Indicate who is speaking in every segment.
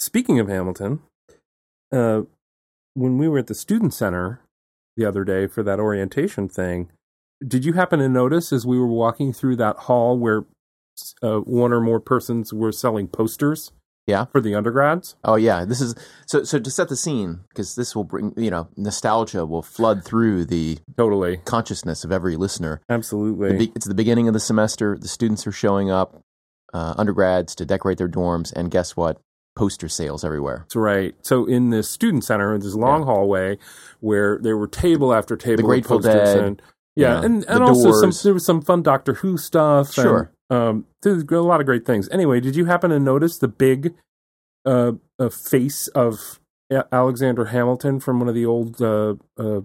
Speaker 1: Speaking of Hamilton, uh, when we were at the student center the other day for that orientation thing, did you happen to notice as we were walking through that hall where uh, one or more persons were selling posters
Speaker 2: Yeah.
Speaker 1: for the undergrads?
Speaker 2: Oh yeah, this is so. So to set the scene, because this will bring you know nostalgia will flood through the
Speaker 1: Totally.
Speaker 2: consciousness of every listener.
Speaker 1: Absolutely.
Speaker 2: The be- it's the beginning of the semester. The students are showing up, uh, undergrads to decorate their dorms, and guess what? Poster sales everywhere.
Speaker 1: That's right. So in this student center, in this long
Speaker 2: Yeah.
Speaker 1: hallway, where there were table after table, of
Speaker 2: Grateful
Speaker 1: posters
Speaker 2: Dead,
Speaker 1: and, yeah,
Speaker 2: yeah,
Speaker 1: and
Speaker 2: The
Speaker 1: and also some
Speaker 2: Doors.
Speaker 1: there was some fun Doctor Who stuff. and,
Speaker 2: Sure.
Speaker 1: um, there's a lot of great things. Anyway, did you happen to notice the big, uh, uh face of A- Alexander Hamilton from one of the old uh, uh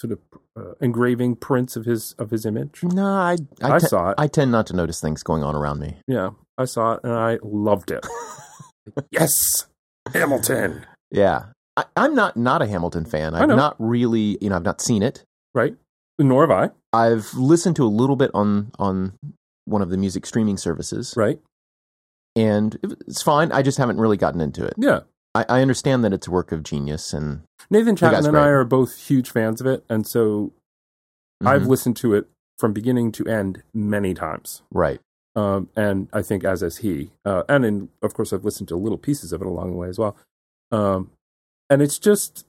Speaker 1: sort of uh, engraving prints of his of his image?
Speaker 2: No, I I,
Speaker 1: I
Speaker 2: te-
Speaker 1: saw it.
Speaker 2: I tend not to notice things going on around me.
Speaker 1: yeah, I saw it and I loved it. yes, Hamilton.
Speaker 2: Yeah, I, I'm not not a Hamilton fan.
Speaker 1: I
Speaker 2: I've
Speaker 1: know.
Speaker 2: not really you know I've not seen it.
Speaker 1: Right. Nor have I.
Speaker 2: I've listened to a little bit on on one of the music streaming services,
Speaker 1: Right.
Speaker 2: and it- it's fine. I just haven't really gotten into it.
Speaker 1: Yeah.
Speaker 2: I, I understand that it's a work of genius, and
Speaker 1: Nathan
Speaker 2: guy's
Speaker 1: Chapman and I
Speaker 2: great.
Speaker 1: are both huge fans of it, and so I've
Speaker 2: Mhm.
Speaker 1: listened to it from beginning to end many times.
Speaker 2: right,
Speaker 1: Um, and I think as is he, uh, and in, of course I've listened to little pieces of it along the way as well. Um, and it's just,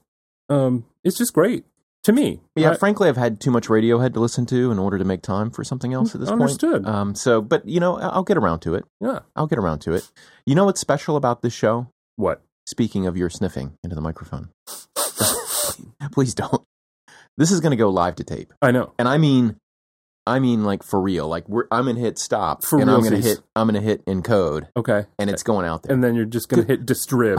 Speaker 1: um, it's just great to me.
Speaker 2: yeah.
Speaker 1: I-
Speaker 2: frankly, I've had too much Radiohead to listen to in order to make time for something else at this
Speaker 1: Understood.
Speaker 2: point. Um, so, but you know, I- I'll get around to it.
Speaker 1: yeah.
Speaker 2: I'll get around to it. You know what's special about this show?
Speaker 1: What?
Speaker 2: Speaking of your sniffing into the microphone, please don't. This is going to go live to tape.
Speaker 1: I know.
Speaker 2: and I mean, I mean like for real. Like we're I'm gonna hit stop,
Speaker 1: For
Speaker 2: and I'm gonna
Speaker 1: realsies.
Speaker 2: hit I'm gonna hit encode,
Speaker 1: Okay.
Speaker 2: and it's going out there.
Speaker 1: And then you're just gonna hit distrib.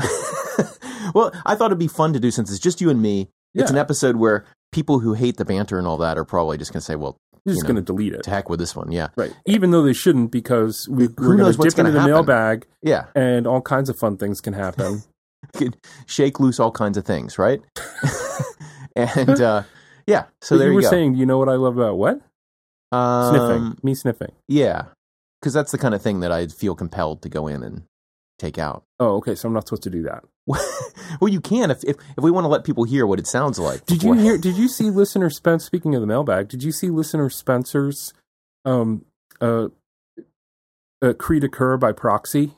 Speaker 2: well, I thought it'd be fun to do since it's just you and me.
Speaker 1: Yeah.
Speaker 2: It's an episode where people who hate the banter and all that are probably just gonna say, "Well,
Speaker 1: You're
Speaker 2: you
Speaker 1: just
Speaker 2: know,
Speaker 1: gonna delete it.
Speaker 2: to heck with this one." Yeah,
Speaker 1: Right. Even though they shouldn't, because we,
Speaker 2: Who
Speaker 1: we're
Speaker 2: knows
Speaker 1: gonna
Speaker 2: what's
Speaker 1: dip into
Speaker 2: gonna
Speaker 1: the
Speaker 2: happen?
Speaker 1: mailbag,
Speaker 2: yeah.
Speaker 1: and all kinds of fun things can happen.
Speaker 2: Could shake loose all kinds of things, right? and uh, yeah, so
Speaker 1: But
Speaker 2: there
Speaker 1: you
Speaker 2: you,
Speaker 1: were
Speaker 2: go.
Speaker 1: saying, you know what I love about what?
Speaker 2: Um,
Speaker 1: sniffing. Um, Me sniffing.
Speaker 2: yeah, because that's the kind of thing that I feel compelled to go in and take out.
Speaker 1: Oh, okay. So I'm not supposed to do that.
Speaker 2: well, you can if, if if we want to let people hear what it sounds like.
Speaker 1: Did you
Speaker 2: beforehand.
Speaker 1: hear? Did you see listener Spence? Speaking of the mailbag, did you see listener Spencer's um uh, uh creed occur by proxy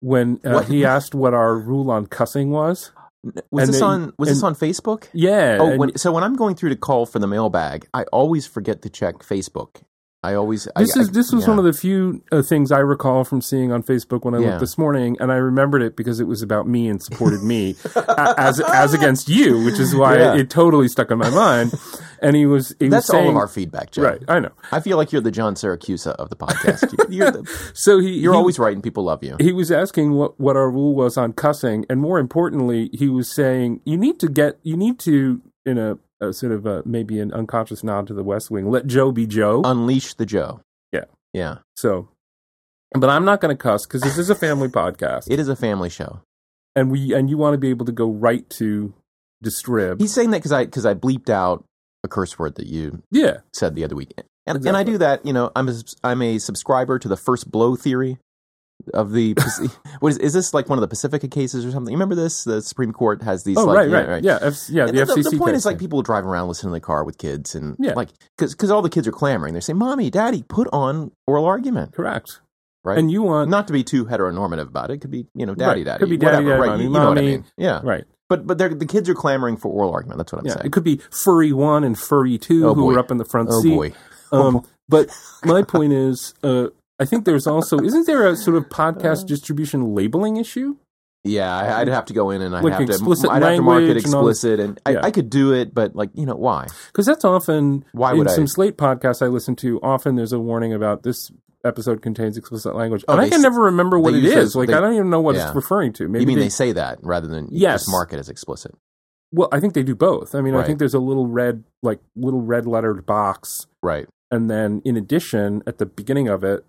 Speaker 1: when uh,
Speaker 2: What?
Speaker 1: he asked what our rule on cussing was?
Speaker 2: Was
Speaker 1: and
Speaker 2: this
Speaker 1: then-
Speaker 2: on Was this
Speaker 1: and-
Speaker 2: on Facebook?
Speaker 1: Yeah.
Speaker 2: oh,
Speaker 1: and-
Speaker 2: when, so when I'm going through to call for the mailbag, I always forget to check Facebook. I always
Speaker 1: this
Speaker 2: I,
Speaker 1: is this was one of the few uh, things I recall from seeing on Facebook when I
Speaker 2: Yeah.
Speaker 1: looked this morning, and I remembered it because it was about me and supported me a- as as against you, which is why
Speaker 2: Yeah.
Speaker 1: it, totally stuck in my mind. And he was he
Speaker 2: That's
Speaker 1: was saying,
Speaker 2: all of our feedback, Jay.
Speaker 1: right. I know.
Speaker 2: I feel like you're the John Syracuse of the podcast. you're the,
Speaker 1: So he
Speaker 2: you're
Speaker 1: he,
Speaker 2: always right, and people love you.
Speaker 1: he was asking what what our rule was on cussing, and more importantly, he was saying you need to get you need to in a, a sort of a, maybe an unconscious nod to the West Wing, let Joe be Joe.
Speaker 2: Unleash the Joe.
Speaker 1: Yeah.
Speaker 2: yeah.
Speaker 1: so, but I'm not going to cuss because this is a family podcast,
Speaker 2: It is a family show.
Speaker 1: and we and you want to be able to go right to distrib.
Speaker 2: He's saying that because I because I bleeped out a curse word that you
Speaker 1: yeah,
Speaker 2: said the other week. And, and I
Speaker 1: Exactly.
Speaker 2: do that, you know, I'm a, subs- I'm a subscriber to the first blow theory of the what is, is this like one of the Pacifica cases or something? You remember this? The Supreme Court has these
Speaker 1: Oh
Speaker 2: like
Speaker 1: right,
Speaker 2: you know,
Speaker 1: right, Yeah, F- yeah. The,
Speaker 2: And the, the
Speaker 1: FCC.
Speaker 2: point
Speaker 1: case
Speaker 2: is like
Speaker 1: thing.
Speaker 2: people drive around listening to the car with kids and
Speaker 1: Yeah.
Speaker 2: like because all the kids are clamoring. They're saying, "Mommy, Daddy, put on oral argument,"
Speaker 1: correct,
Speaker 2: right?
Speaker 1: and you want
Speaker 2: not to be too heteronormative about it. Could be you know, daddy,
Speaker 1: Right.
Speaker 2: daddy,
Speaker 1: Could be daddy,
Speaker 2: whatever,
Speaker 1: daddy,
Speaker 2: right?
Speaker 1: mommy,
Speaker 2: you know what I
Speaker 1: mommy.
Speaker 2: mean? Yeah,
Speaker 1: right.
Speaker 2: But but they're, the kids are clamoring for oral argument. That's what I'm
Speaker 1: Yeah,
Speaker 2: saying.
Speaker 1: it could be furry one and furry two
Speaker 2: Oh,
Speaker 1: who
Speaker 2: boy.
Speaker 1: were up in the front
Speaker 2: oh
Speaker 1: seat.
Speaker 2: boy, Oh.
Speaker 1: Um, but my point is, uh, I think there's also isn't there a sort of
Speaker 2: Uh.
Speaker 1: podcast distribution labeling issue?
Speaker 2: Yeah, I- I'd have to go in and I'd,
Speaker 1: Like
Speaker 2: have,
Speaker 1: explicit
Speaker 2: to, I'd have to mark it
Speaker 1: language and all this-
Speaker 2: explicit, and, I,
Speaker 1: Yeah.
Speaker 2: I could do it, but like you know why?
Speaker 1: Because that's often
Speaker 2: Why
Speaker 1: in
Speaker 2: would I?
Speaker 1: some Slate podcasts I listen to. Often there's a warning about this episode contains explicit language,
Speaker 2: Oh,
Speaker 1: and I
Speaker 2: they
Speaker 1: can
Speaker 2: s-
Speaker 1: never remember what
Speaker 2: they
Speaker 1: it
Speaker 2: use
Speaker 1: is.
Speaker 2: those-
Speaker 1: like
Speaker 2: they-
Speaker 1: I don't even know what
Speaker 2: yeah.
Speaker 1: it's referring to. Maybe
Speaker 2: you mean
Speaker 1: they,
Speaker 2: they, say that rather than
Speaker 1: Yes.
Speaker 2: just mark it as explicit?
Speaker 1: well, I think they do both. I mean, I
Speaker 2: Right.
Speaker 1: think there's a little red like little red lettered box,
Speaker 2: Right.
Speaker 1: and then in addition at the beginning of it,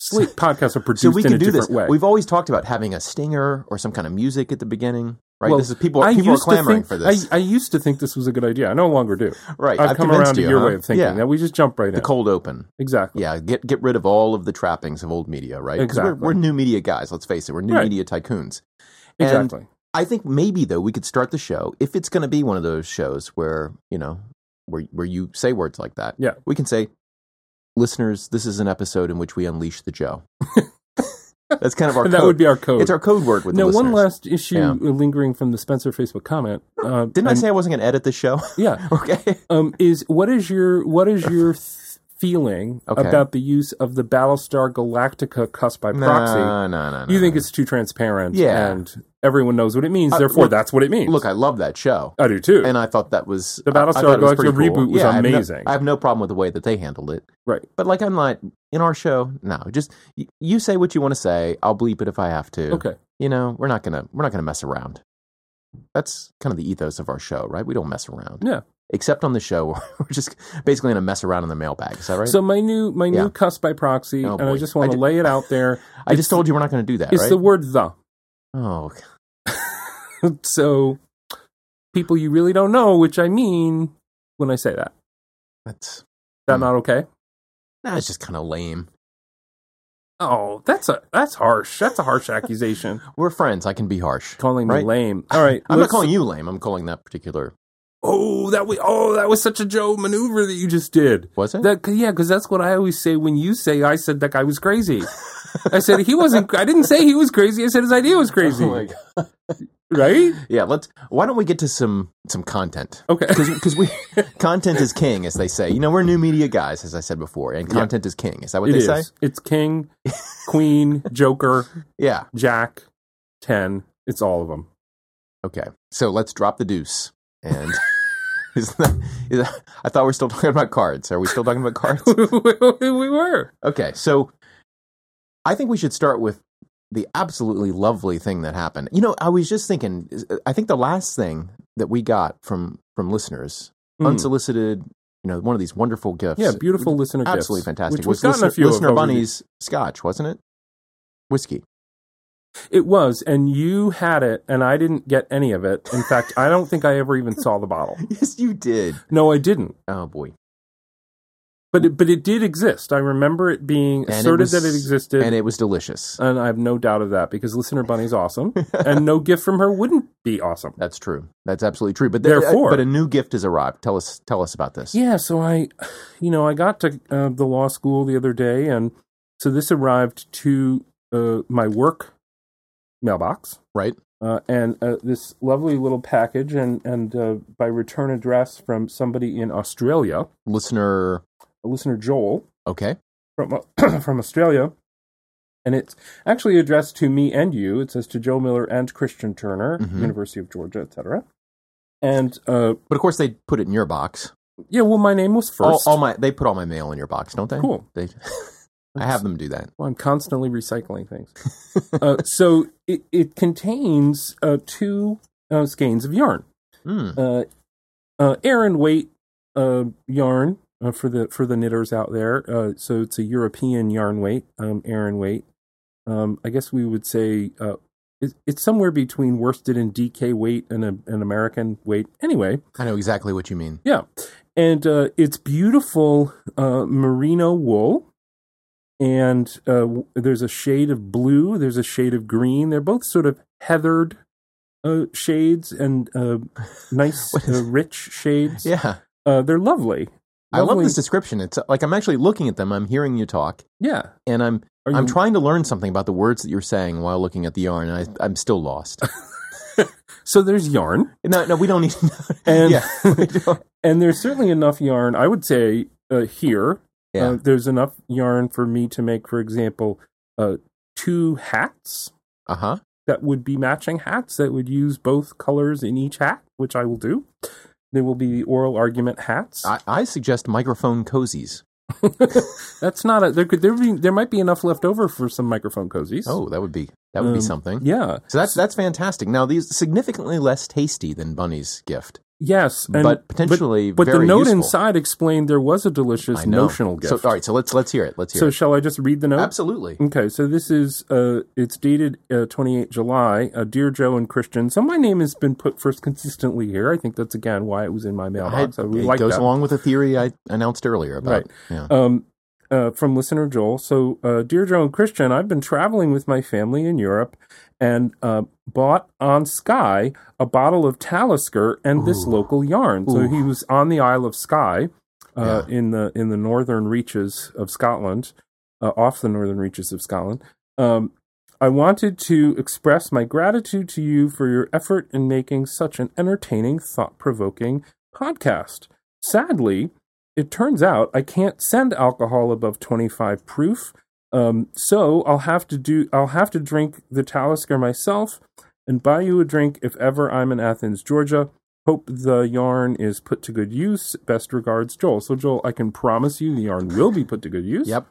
Speaker 1: Slate podcasts are produced
Speaker 2: So we
Speaker 1: in
Speaker 2: can
Speaker 1: a
Speaker 2: do
Speaker 1: different
Speaker 2: this.
Speaker 1: way.
Speaker 2: We've always talked about having a stinger or some kind of music at the beginning, right?
Speaker 1: Well,
Speaker 2: this is people.
Speaker 1: I
Speaker 2: people are
Speaker 1: used to
Speaker 2: clamoring
Speaker 1: think-
Speaker 2: for this,
Speaker 1: I, I used to think this was a good idea. I no longer do.
Speaker 2: right?
Speaker 1: I've, come
Speaker 2: convinced
Speaker 1: around
Speaker 2: you,
Speaker 1: to your
Speaker 2: huh?
Speaker 1: way of thinking.
Speaker 2: Yeah.
Speaker 1: Now we just jump right
Speaker 2: the
Speaker 1: in.
Speaker 2: cold open.
Speaker 1: exactly.
Speaker 2: Yeah, get get rid of all of the trappings of old media, right? 'Cause
Speaker 1: Exactly.
Speaker 2: We're, we're new media guys. Let's face it, we're new
Speaker 1: Right.
Speaker 2: media tycoons, And
Speaker 1: Exactly.
Speaker 2: I think maybe though we could start the show if it's going to be one of those shows where you know where where you say words like that.
Speaker 1: Yeah.
Speaker 2: we can say, listeners, this is an episode in which we unleash the Joe. That's kind of our
Speaker 1: And
Speaker 2: code.
Speaker 1: that would be our code.
Speaker 2: it's our code word with
Speaker 1: now,
Speaker 2: the listeners.
Speaker 1: one last issue
Speaker 2: Yeah.
Speaker 1: lingering from the Spencer Facebook comment. Uh,
Speaker 2: Didn't I
Speaker 1: and-
Speaker 2: say I wasn't going to edit the show?
Speaker 1: Yeah.
Speaker 2: okay.
Speaker 1: Um, is what is your what is your th- feeling
Speaker 2: Okay.
Speaker 1: about the use of the Battlestar Galactica cuss by proxy?
Speaker 2: No, no, no, no.
Speaker 1: You think it's too transparent,
Speaker 2: Yeah.
Speaker 1: and everyone knows what it means.
Speaker 2: Uh,
Speaker 1: Therefore,
Speaker 2: look-
Speaker 1: that's what it means.
Speaker 2: Look, I love that show.
Speaker 1: I do too.
Speaker 2: and I thought that was
Speaker 1: Oh, The
Speaker 2: I- I
Speaker 1: Battlestar
Speaker 2: thought it was pretty
Speaker 1: Galactica reboot was
Speaker 2: I have no-
Speaker 1: amazing.
Speaker 2: I have, no, problem with the way that they handled it,
Speaker 1: Right.
Speaker 2: But like, I'm not in our show. No, just y- you say what you want to say. I'll bleep it if I have to.
Speaker 1: okay,
Speaker 2: You know, we're not gonna we're not gonna mess around. That's kind of the ethos of our show, right? We don't mess around.
Speaker 1: Yeah.
Speaker 2: Except on the show, where we're just basically gonna mess around in the mailbag. Is that right?
Speaker 1: so my new my
Speaker 2: Yeah.
Speaker 1: new cuss by proxy,
Speaker 2: Oh,
Speaker 1: and I
Speaker 2: boy.
Speaker 1: just want
Speaker 2: I
Speaker 1: to
Speaker 2: ju-
Speaker 1: lay it out there.
Speaker 2: I just told you we're not gonna do that,
Speaker 1: It's
Speaker 2: right?
Speaker 1: the word the.
Speaker 2: oh,
Speaker 1: so people you really don't know, which I mean when I say that. Is
Speaker 2: that's
Speaker 1: that
Speaker 2: Hmm.
Speaker 1: not okay?
Speaker 2: that's just kind of lame.
Speaker 1: Oh, that's a that's harsh. That's a harsh accusation.
Speaker 2: We're friends. I can be harsh.
Speaker 1: Calling me
Speaker 2: Right.
Speaker 1: lame. All right,
Speaker 2: I'm not
Speaker 1: let's-
Speaker 2: calling you lame. I'm calling that particular.
Speaker 1: Oh, that was oh that was such a Joe maneuver that you just did.
Speaker 2: Was it?
Speaker 1: That yeah, because that's what I always say when you say I said that guy was crazy. I said he wasn't. I didn't say he was crazy. I said his idea was crazy.
Speaker 2: Oh my God.
Speaker 1: right?
Speaker 2: Yeah, let's. Why don't we get to some some content?
Speaker 1: Okay.
Speaker 2: Because we content is king, as they say. You know, we're new media guys, as I said before, and
Speaker 1: Yeah.
Speaker 2: content is king. Is that what
Speaker 1: It
Speaker 2: they
Speaker 1: is.
Speaker 2: say?
Speaker 1: It's King, Queen, Joker,
Speaker 2: Yeah.
Speaker 1: Jack, Ten. It's all of them.
Speaker 2: Okay. So let's drop the deuce. And is that, is that, I thought we were still talking about cards. Are we still talking about cards?
Speaker 1: we were.
Speaker 2: Okay. So I think we should start with the absolutely lovely thing that happened. You know, I was just thinking. I think the last thing that we got from from listeners,
Speaker 1: Mm.
Speaker 2: unsolicited. You know, one of these wonderful gifts.
Speaker 1: Yeah, beautiful listener gifts.
Speaker 2: absolutely fantastic.
Speaker 1: Which
Speaker 2: was
Speaker 1: we've gotten
Speaker 2: listener,
Speaker 1: a few of
Speaker 2: listener
Speaker 1: over the-
Speaker 2: bunnies scotch, wasn't it? Whiskey.
Speaker 1: It was, and you had it, and I didn't get any of it. In fact, I don't think I ever even saw the bottle.
Speaker 2: Yes, you did.
Speaker 1: No, I didn't.
Speaker 2: Oh boy,
Speaker 1: But it, but it did exist. I remember it being
Speaker 2: it
Speaker 1: asserted
Speaker 2: was-
Speaker 1: that it existed,
Speaker 2: and
Speaker 1: and,
Speaker 2: it was delicious.
Speaker 1: I have no doubt of that because listener Bunny's awesome, and no gift from her wouldn't be awesome.
Speaker 2: That's true. That's absolutely true. But there- uh,
Speaker 1: Therefore-
Speaker 2: but a new gift has arrived. Tell us, tell us about this.
Speaker 1: Yeah, so I, you know, I got to uh, the law school the other day, and so this arrived to uh, my work mailbox,
Speaker 2: Right.
Speaker 1: uh, and uh, this lovely little package, and and uh, by return address from somebody in Australia,
Speaker 2: Listener.
Speaker 1: a listener Joel
Speaker 2: Okay.
Speaker 1: from from Australia, and it's actually addressed to me and you. It says to Joe Miller and Christian Turner,
Speaker 2: Mhm.
Speaker 1: University of Georgia, etc. And uh,
Speaker 2: But of course, they put it in your box.
Speaker 1: yeah, well, my name was
Speaker 2: All,
Speaker 1: first.
Speaker 2: all my they put all my mail in your box, don't they?
Speaker 1: Cool.
Speaker 2: They, I have them do that.
Speaker 1: Well, I'm constantly recycling things. uh, so it, it contains uh, two uh, skeins of yarn,
Speaker 2: Mm.
Speaker 1: uh, uh, air and weight uh, yarn uh, for the for the knitters out there. Uh, so it's a European yarn weight, um, air and weight. Um, I guess we would say uh, it, it's somewhere between worsted and DK weight and a, an American weight. Anyway,
Speaker 2: I know exactly what you mean.
Speaker 1: yeah. And uh, it's beautiful uh, merino wool. And uh, w- there's a shade of blue, there's a shade of green. They're both sort of heathered uh, shades and uh, nice,
Speaker 2: What is-
Speaker 1: uh, rich shades.
Speaker 2: Yeah,
Speaker 1: Uh, they're lovely.
Speaker 2: I love
Speaker 1: Lovely-
Speaker 2: this description. It's uh, like I'm actually looking at them. I'm hearing you talk,
Speaker 1: Yeah.
Speaker 2: and I'm
Speaker 1: Are
Speaker 2: I'm
Speaker 1: you-
Speaker 2: trying to learn something about the words that you're saying while looking at the yarn, and I, I'm still lost.
Speaker 1: so there's yarn.
Speaker 2: no, no, we don't need.
Speaker 1: And, Uh,
Speaker 2: yeah, we don't.
Speaker 1: and there's certainly enough yarn, I would say, uh, here.
Speaker 2: yeah.
Speaker 1: Uh, there's enough yarn for me to make, for example, uh, two hats.
Speaker 2: Uh huh.
Speaker 1: that would be matching hats that would use both colors in each hat, which I will do. There will be oral argument hats.
Speaker 2: I, I suggest microphone cozies.
Speaker 1: That's not a there could there be there might be enough left over for some microphone cozies.
Speaker 2: Oh, that would be that would be
Speaker 1: Um,
Speaker 2: something.
Speaker 1: yeah,
Speaker 2: So that's that's fantastic. Now these significantly less tasty than Bunny's gift,
Speaker 1: yes, and
Speaker 2: but potentially
Speaker 1: but
Speaker 2: very
Speaker 1: the note
Speaker 2: useful.
Speaker 1: inside explained there was a delicious
Speaker 2: I know.
Speaker 1: notional gift.
Speaker 2: So all right, so let's let's hear it. Let's hear
Speaker 1: So
Speaker 2: it.
Speaker 1: shall I just read the note?
Speaker 2: Absolutely.
Speaker 1: Okay, so this is uh, it's dated uh, 28 July. Uh, Dear Joe and Christian, so my name has been put first consistently here. I think that's again why it was in my mailbox. I,
Speaker 2: I-
Speaker 1: really
Speaker 2: it
Speaker 1: like
Speaker 2: goes
Speaker 1: that.
Speaker 2: along with the theory I announced earlier about
Speaker 1: Right.
Speaker 2: yeah.
Speaker 1: um, uh, from listener Joel. So, uh, dear Joe and Christian, I've been traveling with my family in Europe, and uh, bought on Skye a bottle of Talisker and this
Speaker 2: Ooh.
Speaker 1: local yarn. So
Speaker 2: Ooh.
Speaker 1: he was on the Isle of Skye uh, in the in the northern reaches of Scotland, uh, off the northern reaches of Scotland. Um, I wanted to express my gratitude to you for your effort in making such an entertaining, thought provoking podcast. Sadly, it turns out I can't send alcohol above 25 proof. Um, so I'll have to do I'll have to drink the Talisker myself and buy you a drink if ever I'm in Athens, Georgia. Hope the yarn is put to good use. Best regards, Joel. So Joel, I can promise you the yarn will be put to good use.
Speaker 2: Yep.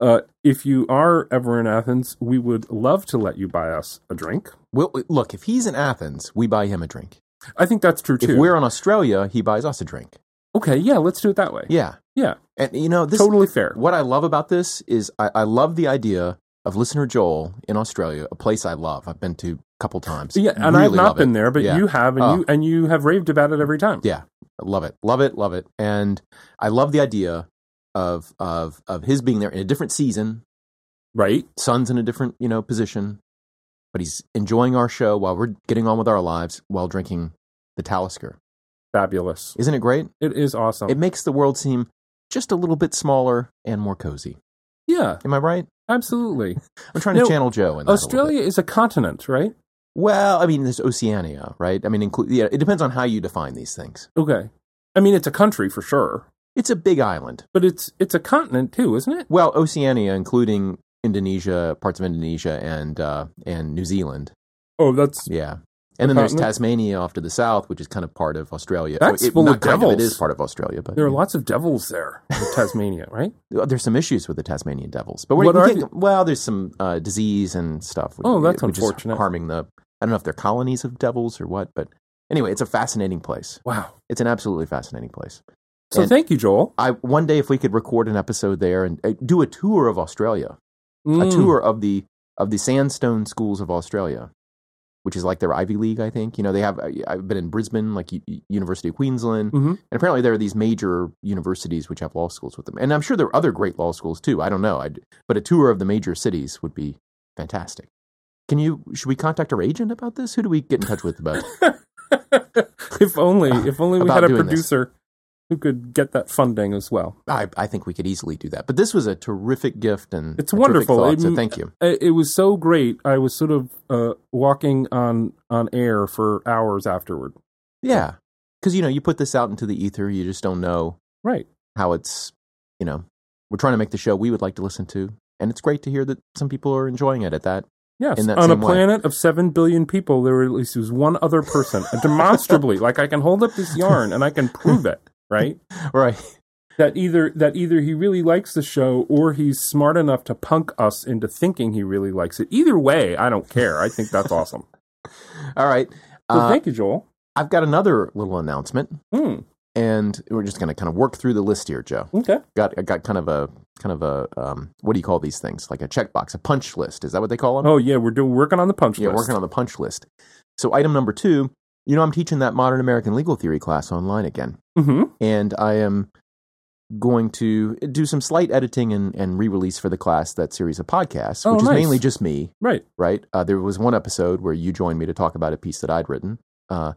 Speaker 1: Uh, if you are ever in Athens, we would love to let you buy us a drink.
Speaker 2: Well, look, if he's in Athens, we buy him a drink.
Speaker 1: I think that's true too.
Speaker 2: If we're on Australia, he buys us a drink.
Speaker 1: okay, yeah, let's do it that way.
Speaker 2: Yeah.
Speaker 1: Yeah.
Speaker 2: And you know, this
Speaker 1: totally fair.
Speaker 2: what I love about this is I, I love the idea of listener Joel in Australia, a place I love. I've been to a couple times.
Speaker 1: Yeah, and
Speaker 2: Really
Speaker 1: I've not
Speaker 2: love it.
Speaker 1: been there, but
Speaker 2: Yeah.
Speaker 1: you have, and
Speaker 2: Oh.
Speaker 1: you and you have raved about it every time.
Speaker 2: Yeah, love it, love it, love it, and I love the idea of of of his being there in a different season.
Speaker 1: Right?
Speaker 2: Son's in a different you know position, but he's enjoying our show while we're getting on with our lives while drinking the Talisker.
Speaker 1: Fabulous.
Speaker 2: Isn't it great?
Speaker 1: It is awesome.
Speaker 2: It makes the world seem just a little bit smaller and more cozy.
Speaker 1: yeah,
Speaker 2: Am I right?
Speaker 1: absolutely.
Speaker 2: I'm trying to
Speaker 1: No,
Speaker 2: channel Joe in that a little bit.
Speaker 1: Australia is a continent, right?
Speaker 2: Well, I mean, there's Oceania, right? I mean, include yeah. It depends on how you define these things.
Speaker 1: Okay. I mean, it's a country for sure,
Speaker 2: It's a big island.
Speaker 1: but it's it's a continent too, isn't it?
Speaker 2: Well, Oceania, including Indonesia, parts of Indonesia, and uh, and New Zealand.
Speaker 1: Oh, that's
Speaker 2: Yeah, and then there's
Speaker 1: continent?
Speaker 2: Tasmania off to the south, which is kind of part of Australia.
Speaker 1: That's
Speaker 2: it,
Speaker 1: full
Speaker 2: not
Speaker 1: of
Speaker 2: kind It
Speaker 1: devils.
Speaker 2: is part of Australia, but
Speaker 1: there are lots of devils there, in Tasmania, right?
Speaker 2: there's some issues with the Tasmanian devils. But we're,
Speaker 1: What
Speaker 2: we
Speaker 1: are
Speaker 2: can't- well, there's some uh, disease and stuff. which-
Speaker 1: Oh, that's
Speaker 2: which is
Speaker 1: unfortunate.
Speaker 2: harming the. I don't know if they're colonies of devils or what, but anyway, it's a fascinating place.
Speaker 1: Wow.
Speaker 2: It's an absolutely fascinating place.
Speaker 1: So
Speaker 2: And-
Speaker 1: thank you, Joel.
Speaker 2: I one day if we could record an episode there and uh, do a tour of Australia, a
Speaker 1: Mm,
Speaker 2: tour of the of the sandstone schools of Australia, which is like their Ivy League, I think. You know, they have. I- I've been in Brisbane, like U- U- University of Queensland,
Speaker 1: Mhm.
Speaker 2: and apparently there are these major universities which have law schools with them, and I'm sure there are other great law schools too. I don't know, I'd, but a tour of the major cities would be fantastic. Can you? Should we contact our agent about this? Who do we get in touch with about?
Speaker 1: if only, if only we
Speaker 2: Ah, About
Speaker 1: had a
Speaker 2: doing this.
Speaker 1: producer who could get that funding as well.
Speaker 2: I, I think we could easily do that. But this was a terrific gift, and
Speaker 1: It's
Speaker 2: a terrific
Speaker 1: wonderful.
Speaker 2: thought,
Speaker 1: It-
Speaker 2: so thank you.
Speaker 1: it it was so great. I was sort of uh, walking on on air for hours afterward.
Speaker 2: Yeah. Because, you know, you put this out into the ether, you just don't know
Speaker 1: Right.
Speaker 2: how it's, you know, we're trying to make the show we would like to listen to. And it's great to hear that some people are enjoying it at that.
Speaker 1: Yes.
Speaker 2: In that
Speaker 1: on a
Speaker 2: same way.
Speaker 1: planet of seven billion people, there were at least was one other person, demonstrably. Like I can hold up this yarn and I can prove it. Right.
Speaker 2: Right.
Speaker 1: That either that either he really likes the show or he's smart enough to punk us into thinking he really likes it. Either way, I don't care. I think that's awesome.
Speaker 2: All right.
Speaker 1: So
Speaker 2: Uh,
Speaker 1: thank you, Joel.
Speaker 2: I've got another little announcement,
Speaker 1: Hmm.
Speaker 2: and we're just going to kind of work through the list here, Joe.
Speaker 1: Okay.
Speaker 2: Got I got kind of a kind of a um, what do you call these things? Like a checkbox, a punch list. Is that what they call them?
Speaker 1: Oh yeah, we're doing working on the punch
Speaker 2: um, yeah,
Speaker 1: list.
Speaker 2: working on the punch list. So item number two, you know, I'm teaching that modern American legal theory class online again.
Speaker 1: hmm
Speaker 2: and I am going to do some slight editing and, and re-release for the class that series of podcasts,
Speaker 1: Oh,
Speaker 2: which
Speaker 1: nice.
Speaker 2: is mainly just me.
Speaker 1: Right.
Speaker 2: Right? Uh, there was one episode where you joined me to talk about a piece that I'd written, uh,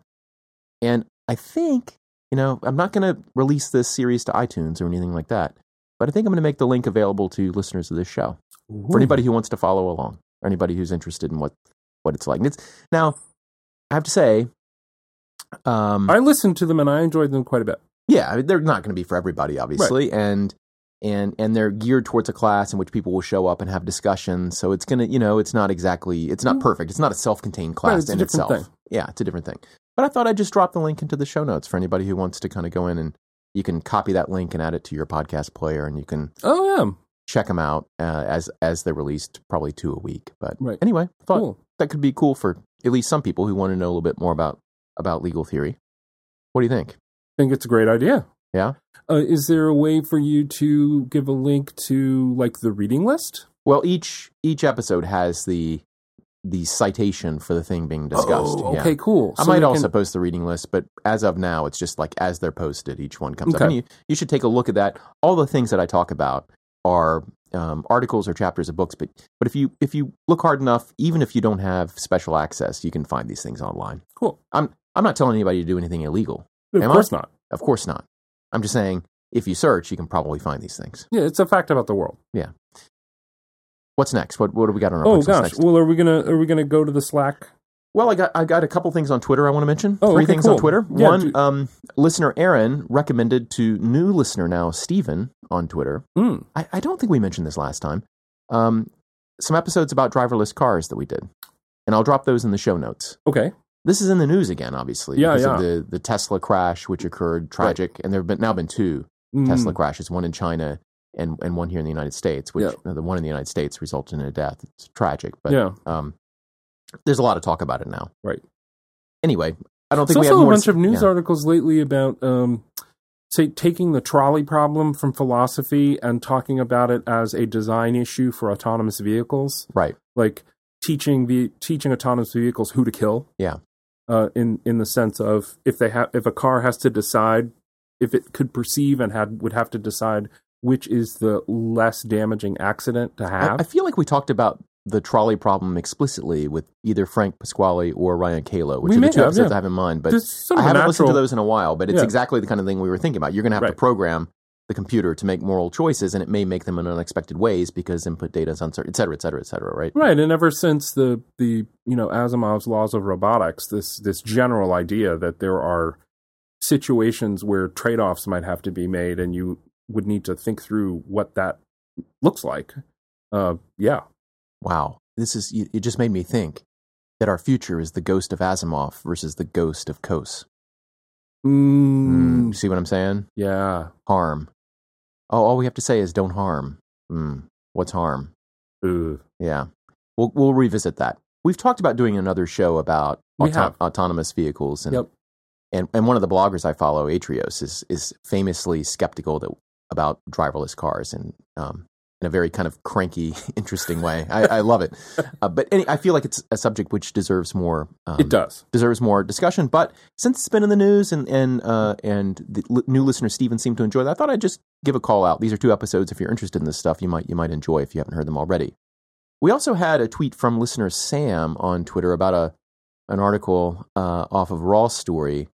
Speaker 2: and I think you know I'm not going to release this series to iTunes or anything like that, but I think I'm going to make the link available to listeners of this show for anybody who wants to follow along, or anybody who's interested in what what it's like. And it's now I have to say. Um,
Speaker 1: I listened to them and I enjoyed them quite a bit.
Speaker 2: yeah, I mean, they're not going to be for everybody, obviously, and and and they're geared towards a class in which people will show up and have discussions. So it's gonna, you know, it's not exactly, it's not perfect. It's not a self-contained class
Speaker 1: Mm. it's a
Speaker 2: in
Speaker 1: different
Speaker 2: itself.
Speaker 1: thing.
Speaker 2: Yeah, it's a different thing. But I thought I'd just drop the link into the show notes for anybody who wants to kind of go in and you can copy that link and add it to your podcast player, and you can
Speaker 1: Oh yeah.
Speaker 2: check them out uh, as as they're released, probably two a week. But
Speaker 1: Right.
Speaker 2: anyway, thought
Speaker 1: Cool.
Speaker 2: that could be cool for at least some people who want to know a little bit more about about legal theory. What do you think?
Speaker 1: think it's a great idea.
Speaker 2: Yeah?
Speaker 1: Uh, is there a way for you to give a link to like the reading list?
Speaker 2: Well, each each episode has the the citation for the thing being discussed.
Speaker 1: Oh,
Speaker 2: yeah.
Speaker 1: okay, cool.
Speaker 2: I
Speaker 1: So we
Speaker 2: might
Speaker 1: can-
Speaker 2: also post the reading list, but as of now, it's just like as they're posted, each one comes up.
Speaker 1: Okay.
Speaker 2: And you, you should take a look at that. All the things that I talk about are um, articles or chapters of books. But but if you if you look hard enough, even if you don't have special access, you can find these things online.
Speaker 1: Cool.
Speaker 2: I'm I'm not telling anybody to do anything illegal.
Speaker 1: Of
Speaker 2: Am I?
Speaker 1: course not.
Speaker 2: Of course not. I'm just saying if you search, you can probably find these things.
Speaker 1: Yeah, it's a fact about the world.
Speaker 2: What's next? What what do we got on our
Speaker 1: Oh
Speaker 2: what's
Speaker 1: gosh.
Speaker 2: next?
Speaker 1: Well, are we gonna are we gonna go to the Slack?
Speaker 2: Well, I got I got a couple things on Twitter I want to mention.
Speaker 1: Oh,
Speaker 2: Three
Speaker 1: okay,
Speaker 2: things
Speaker 1: cool.
Speaker 2: on Twitter.
Speaker 1: Yeah,
Speaker 2: One,
Speaker 1: do-
Speaker 2: um, listener Aaron recommended to new listener now Steven on Twitter.
Speaker 1: Hmm.
Speaker 2: I, I don't think we mentioned this last time. Um, some episodes about driverless cars that we did, and I'll drop those in the show notes.
Speaker 1: Okay.
Speaker 2: This is in the news again, obviously,
Speaker 1: Yeah,
Speaker 2: because of
Speaker 1: yeah.
Speaker 2: the the Tesla crash which occurred tragic, and there have been now been two
Speaker 1: Mm.
Speaker 2: Tesla crashes, one in China and and one here in the United States. Which the one in the United States resulted in a death. It's tragic, but
Speaker 1: yeah.
Speaker 2: um, there's a lot of talk about it now.
Speaker 1: Right.
Speaker 2: Anyway, I don't
Speaker 1: There's
Speaker 2: think we have
Speaker 1: also a
Speaker 2: more
Speaker 1: bunch of news
Speaker 2: yeah.
Speaker 1: articles lately about um, say taking the trolley problem from philosophy and talking about it as a design issue for autonomous vehicles,
Speaker 2: Right.
Speaker 1: like teaching the teaching autonomous vehicles who to kill.
Speaker 2: Yeah.
Speaker 1: Uh, in in the sense of if they have if a car has to decide if it could perceive and had would have to decide which is the less damaging accident to
Speaker 2: I,
Speaker 1: have.
Speaker 2: I feel like we talked about the trolley problem explicitly with either Frank Pasquale or Ryan Kalo, which
Speaker 1: We
Speaker 2: are the
Speaker 1: may
Speaker 2: two
Speaker 1: have,
Speaker 2: episodes
Speaker 1: yeah.
Speaker 2: I have in mind. But
Speaker 1: There's sort
Speaker 2: I
Speaker 1: of a
Speaker 2: haven't listened to
Speaker 1: natural-
Speaker 2: those in a while. But it's
Speaker 1: Yeah.
Speaker 2: exactly the kind of thing we were thinking about. You're going to have to
Speaker 1: Right.
Speaker 2: program the computer to make moral choices, and it may make them in unexpected ways because input data is uncertain, et cetera, et cetera, et cetera. Right.
Speaker 1: Right, and ever since the the you know Asimov's laws of robotics, this this general idea that there are situations where trade offs might have to be made, and you would need to think through what that looks like. Uh, yeah,
Speaker 2: Wow. This is. It it just made me think that our future is the ghost of Asimov versus the ghost of Coase.
Speaker 1: mm,
Speaker 2: Mm, See what I'm saying?
Speaker 1: yeah,
Speaker 2: harm. Oh, all we have to say is don't harm. Mm, what's harm?
Speaker 1: Ugh.
Speaker 2: Yeah, we'll we'll revisit that. We've talked about doing another show about
Speaker 1: We have.
Speaker 2: autonomous vehicles, and,
Speaker 1: Yep.
Speaker 2: and and one of the bloggers I follow, Atrios, is is famously skeptical that, about driverless cars, and um, in a very kind of cranky, interesting way. I, I love it, uh, but any, I feel like it's a subject which deserves more. Um,
Speaker 1: it does.
Speaker 2: deserves more discussion. But since it's been in the news and and uh, and the li- new listener Steven seemed to enjoy that, I thought I'd just give a call out. These are two episodes. If you're interested in this stuff, you might you might enjoy if you haven't heard them already. We also had a tweet from listener Sam on Twitter about a an article uh, off of Raw Story,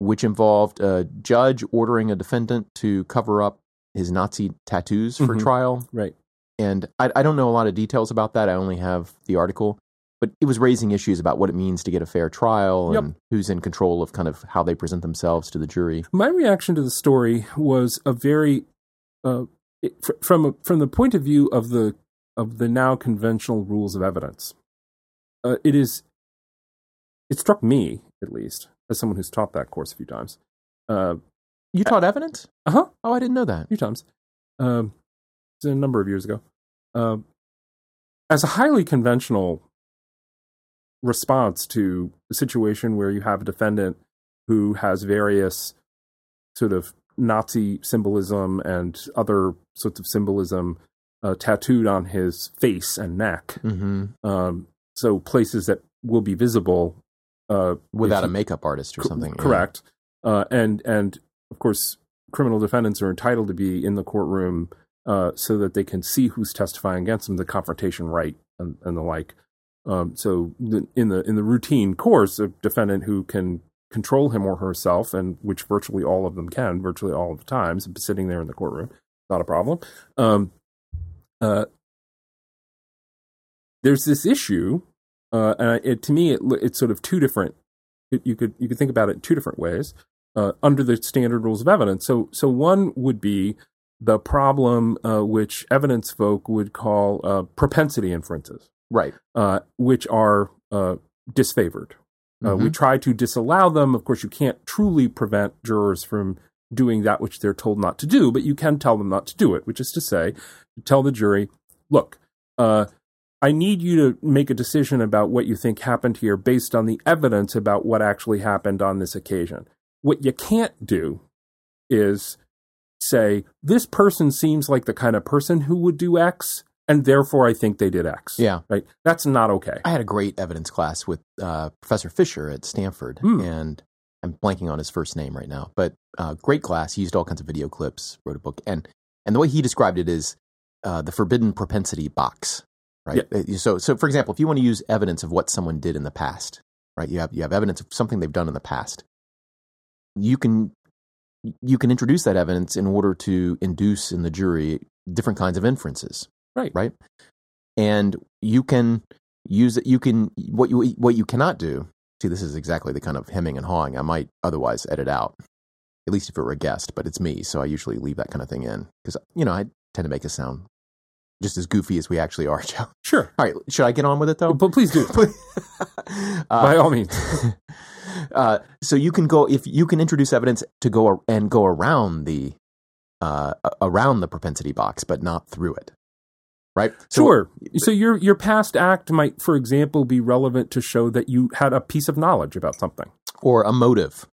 Speaker 2: which involved a judge ordering a defendant to cover up his Nazi tattoos for
Speaker 1: Mhm.
Speaker 2: trial
Speaker 1: Right.
Speaker 2: and I, I don't know a lot of details about that. I only have the article, but it was raising issues about what it means to get a fair trial
Speaker 1: Yep.
Speaker 2: and who's in control of kind of how they present themselves to the jury.
Speaker 1: My reaction to the story was a very uh, it, fr- from a, from the point of view of the of the now conventional rules of evidence. Uh, it is it struck me at least as someone who's taught that course a few times. Uh uh-huh.
Speaker 2: You taught evidence?
Speaker 1: huh, a
Speaker 2: Oh, I didn't know that.
Speaker 1: few times. Um, it's a number of years ago. Um, as a highly conventional response to a situation where you have a defendant who has various sort of Nazi symbolism and other sorts of symbolism uh, tattooed on his face and neck,
Speaker 2: hmm
Speaker 1: um, so places that will be visible uh,
Speaker 2: Without
Speaker 1: if
Speaker 2: a makeup artist or
Speaker 1: Co-
Speaker 2: something. yeah.
Speaker 1: Correct. Uh, and and of course, criminal defendants are entitled to be in the courtroom uh, so that they can see who's testifying against them, the confrontation right, and, and the like. Um, so the, in the in the routine course, a defendant who can control him or herself, and which virtually all of them can, virtually all of the times, sitting there in the courtroom, not a problem. Um, uh, there's this issue, uh, and I- it, to me, it, lo- it's sort of two different it- you could you could think about it in two different ways uh, under the standard rules of evidence. So so one would be the problem uh, which evidence folk would call uh, propensity inferences,
Speaker 2: Right.
Speaker 1: uh, which are uh, disfavored. Uh, we
Speaker 2: Mhm.
Speaker 1: try to disallow them. Of course, you can't truly prevent jurors from doing that which they're told not to do, but you can tell them not to do it, which is to say, tell the jury, look, uh, I need you to make a decision about what you think happened here based on the evidence about what actually happened on this occasion. What you can't do is say, this person seems like the kind of person who would do X, and therefore I think they did X.
Speaker 2: Yeah.
Speaker 1: Right? That's not okay.
Speaker 2: I had a great evidence class with uh, Professor Fisher at Stanford,
Speaker 1: Hmm.
Speaker 2: and I'm blanking on his first name right now, but uh, great class. He used all kinds of video clips, wrote a book, and And the way he described it is uh, the forbidden propensity box, right? Uh, So, so for example, if you want to use evidence of what someone did in the past, right? You have you have evidence of something they've done in the past. You can you can introduce that evidence in order to induce in the jury different kinds of inferences,
Speaker 1: Right.
Speaker 2: Right, and you can use it. You can what you what you cannot do. See, this is exactly the kind of hemming and hawing I might otherwise edit out. At least if it were a guest, but it's me, so I usually leave that kind of thing in because you know I tend to make us sound just as goofy as we actually are, Joe.
Speaker 1: Sure.
Speaker 2: All right, should I get on with it though?
Speaker 1: But please do.
Speaker 2: Uh,
Speaker 1: By all means.
Speaker 2: uh, so you can go if you can introduce evidence to go ar- and go around the uh, a- around the propensity box, but not through it, right? So-
Speaker 1: Sure. So your your past act might, for example, be relevant to show that you had a piece of knowledge about something.
Speaker 2: or a motive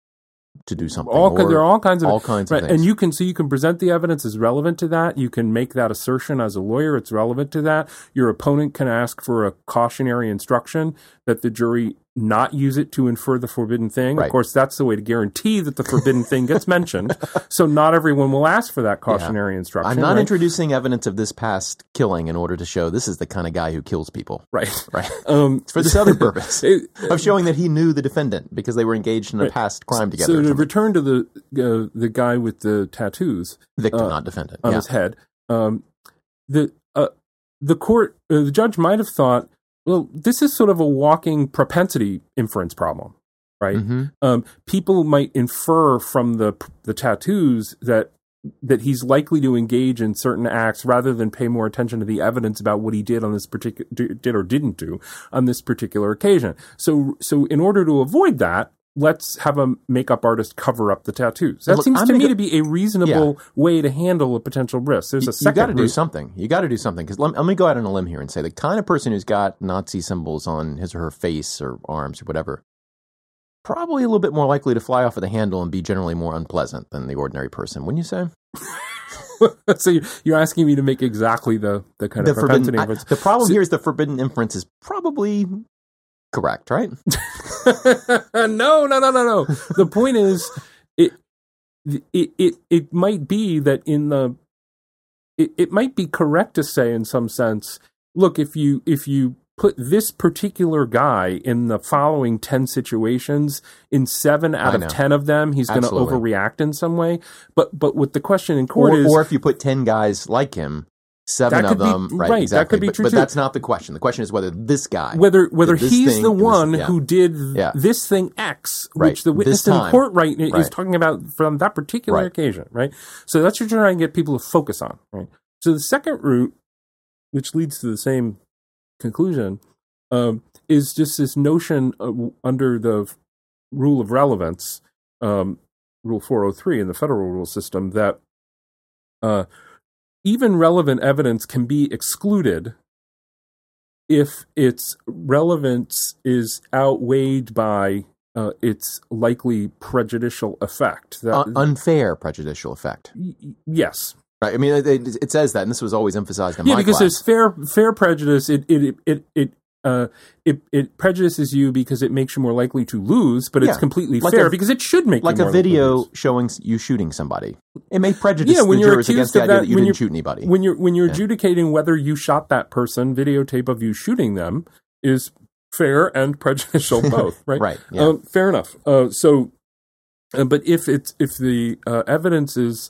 Speaker 2: to do something.
Speaker 1: All ki-
Speaker 2: or
Speaker 1: there are all kinds of
Speaker 2: all kinds of
Speaker 1: right,
Speaker 2: things.
Speaker 1: and you can so you can present the evidence as relevant to that. You can make that assertion as a lawyer; it's relevant to that. Your opponent can ask for a cautionary instruction that the jury not use it to infer the forbidden thing.
Speaker 2: Right.
Speaker 1: Of course, that's the way to guarantee that the forbidden thing gets mentioned. So not everyone will ask for that cautionary instruction.
Speaker 2: I'm not
Speaker 1: right?
Speaker 2: introducing evidence of this past killing in order to show this is the kind of guy who kills people,
Speaker 1: right.
Speaker 2: right?
Speaker 1: Um,
Speaker 2: It's for this other purpose
Speaker 1: it-
Speaker 2: of showing that he knew the defendant because they were engaged in a past crime together.
Speaker 1: So
Speaker 2: or
Speaker 1: to
Speaker 2: something.
Speaker 1: return to the uh, the guy with the tattoos
Speaker 2: Victim,
Speaker 1: uh,
Speaker 2: not defendant.
Speaker 1: on
Speaker 2: Yeah.
Speaker 1: his head, um, the uh, the court uh, the judge might have thought, well, this is sort of a walking propensity inference problem, right?
Speaker 2: Mhm.
Speaker 1: Um, people might infer from the the tattoos that that he's likely to engage in certain acts rather than pay more attention to the evidence about what he did on this particular did or didn't do on this particular occasion. So so in order to avoid that, let's have a makeup artist cover up the tattoos. That
Speaker 2: Look,
Speaker 1: seems
Speaker 2: I'm
Speaker 1: to
Speaker 2: gonna
Speaker 1: me
Speaker 2: go-
Speaker 1: to be a reasonable way to handle a potential risk. There's a
Speaker 2: you got to
Speaker 1: second
Speaker 2: do
Speaker 1: route.
Speaker 2: something. You got to do something because let, let me go out on a limb here and say the kind of person who's got Nazi symbols on his or her face or arms or whatever, probably a little bit more likely to fly off of the handle and be generally more unpleasant than the ordinary person, wouldn't you say?
Speaker 1: so you- you're asking me to make exactly the the kind
Speaker 2: The
Speaker 1: of propensity
Speaker 2: forbidden. I-
Speaker 1: inference.
Speaker 2: the problem
Speaker 1: So-
Speaker 2: here is the forbidden inference is probably correct, right?
Speaker 1: no, no, no, no, no. The point is, it, it, it, it might be that in the, it, it might be correct to say in some sense, look, if you if you put this particular guy in the following ten situations, in seven out
Speaker 2: I
Speaker 1: of
Speaker 2: know.
Speaker 1: ten of them, he's going to
Speaker 2: Absolutely.
Speaker 1: overreact in some way. But but what the question in court
Speaker 2: Or,
Speaker 1: is,
Speaker 2: or if you put ten guys like him. Seven
Speaker 1: That
Speaker 2: of
Speaker 1: could be-
Speaker 2: them, right?
Speaker 1: right, that
Speaker 2: exactly.
Speaker 1: could be
Speaker 2: but,
Speaker 1: true
Speaker 2: but
Speaker 1: too.
Speaker 2: that's not the question. The question is whether this guy,
Speaker 1: whether whether
Speaker 2: this
Speaker 1: he's
Speaker 2: thing
Speaker 1: the
Speaker 2: and this-
Speaker 1: one
Speaker 2: yeah.
Speaker 1: who did
Speaker 2: Yeah.
Speaker 1: this thing X,
Speaker 2: Right.
Speaker 1: which the witness
Speaker 2: This
Speaker 1: in
Speaker 2: time.
Speaker 1: court right, now is
Speaker 2: Right.
Speaker 1: talking about from that particular
Speaker 2: Right.
Speaker 1: occasion, right? So that's what you're trying to get people to focus on, right? So the second route, which leads to the same conclusion, um, is just this notion of, under the f- rule of relevance, um, Rule 403 in the federal rule system, that uh, even relevant evidence can be excluded if its relevance is outweighed by uh, its likely prejudicial effect. That,
Speaker 2: un- uh, unfair prejudicial effect,
Speaker 1: y- y- yes.
Speaker 2: right? I mean, it, it, it says that, and this was always emphasized in
Speaker 1: Yeah,
Speaker 2: my
Speaker 1: because
Speaker 2: class.
Speaker 1: there's fair fair prejudice. It it it it uh, it, it prejudices you because it makes you more likely to lose, but it's
Speaker 2: Yeah.
Speaker 1: completely
Speaker 2: Like
Speaker 1: fair
Speaker 2: a-
Speaker 1: because it should make
Speaker 2: like
Speaker 1: you more
Speaker 2: a
Speaker 1: likely to
Speaker 2: video
Speaker 1: lose.
Speaker 2: showing s- you shooting somebody. It may prejudice
Speaker 1: Yeah, when
Speaker 2: the
Speaker 1: you're
Speaker 2: jurors
Speaker 1: accused
Speaker 2: against the
Speaker 1: of
Speaker 2: idea
Speaker 1: that-
Speaker 2: that you
Speaker 1: when
Speaker 2: didn't
Speaker 1: you're-
Speaker 2: shoot anybody.
Speaker 1: When you're when you're
Speaker 2: Yeah.
Speaker 1: adjudicating whether you shot that person, videotape of you shooting them is fair and prejudicial both, right?
Speaker 2: right. Yeah.
Speaker 1: Um, fair enough. Uh, so, uh, but if it's if the uh, evidence is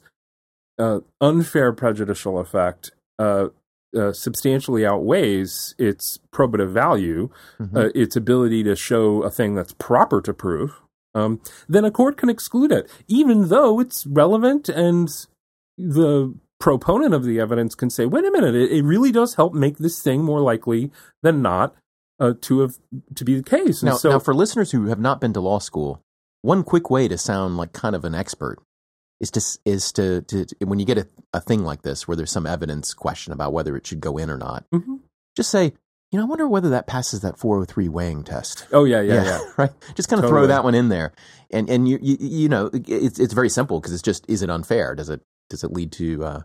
Speaker 1: uh, unfair prejudicial effect uh, uh, substantially outweighs its probative value,
Speaker 2: Mhm.
Speaker 1: uh, its ability to show a thing that's proper to prove, um, then a court can exclude it, even though it's relevant and the proponent of the evidence can say, wait a minute, it, it really does help make this thing more likely than not uh, to have to be the case. And
Speaker 2: now,
Speaker 1: so,
Speaker 2: now, for listeners who have not been to law school, one quick way to sound like kind of an expert is to s- is to, to to- when you get a, a thing like this where there's some evidence question about whether it should go in or not,
Speaker 1: Mhm.
Speaker 2: just say, you know, I wonder whether that passes that 403 weighing test.
Speaker 1: oh yeah, yeah, yeah.
Speaker 2: right. Just kind of
Speaker 1: Totally.
Speaker 2: throw that one in there, and and you you, you know it's it's very simple because it's just is it unfair? Does it does it lead to uh,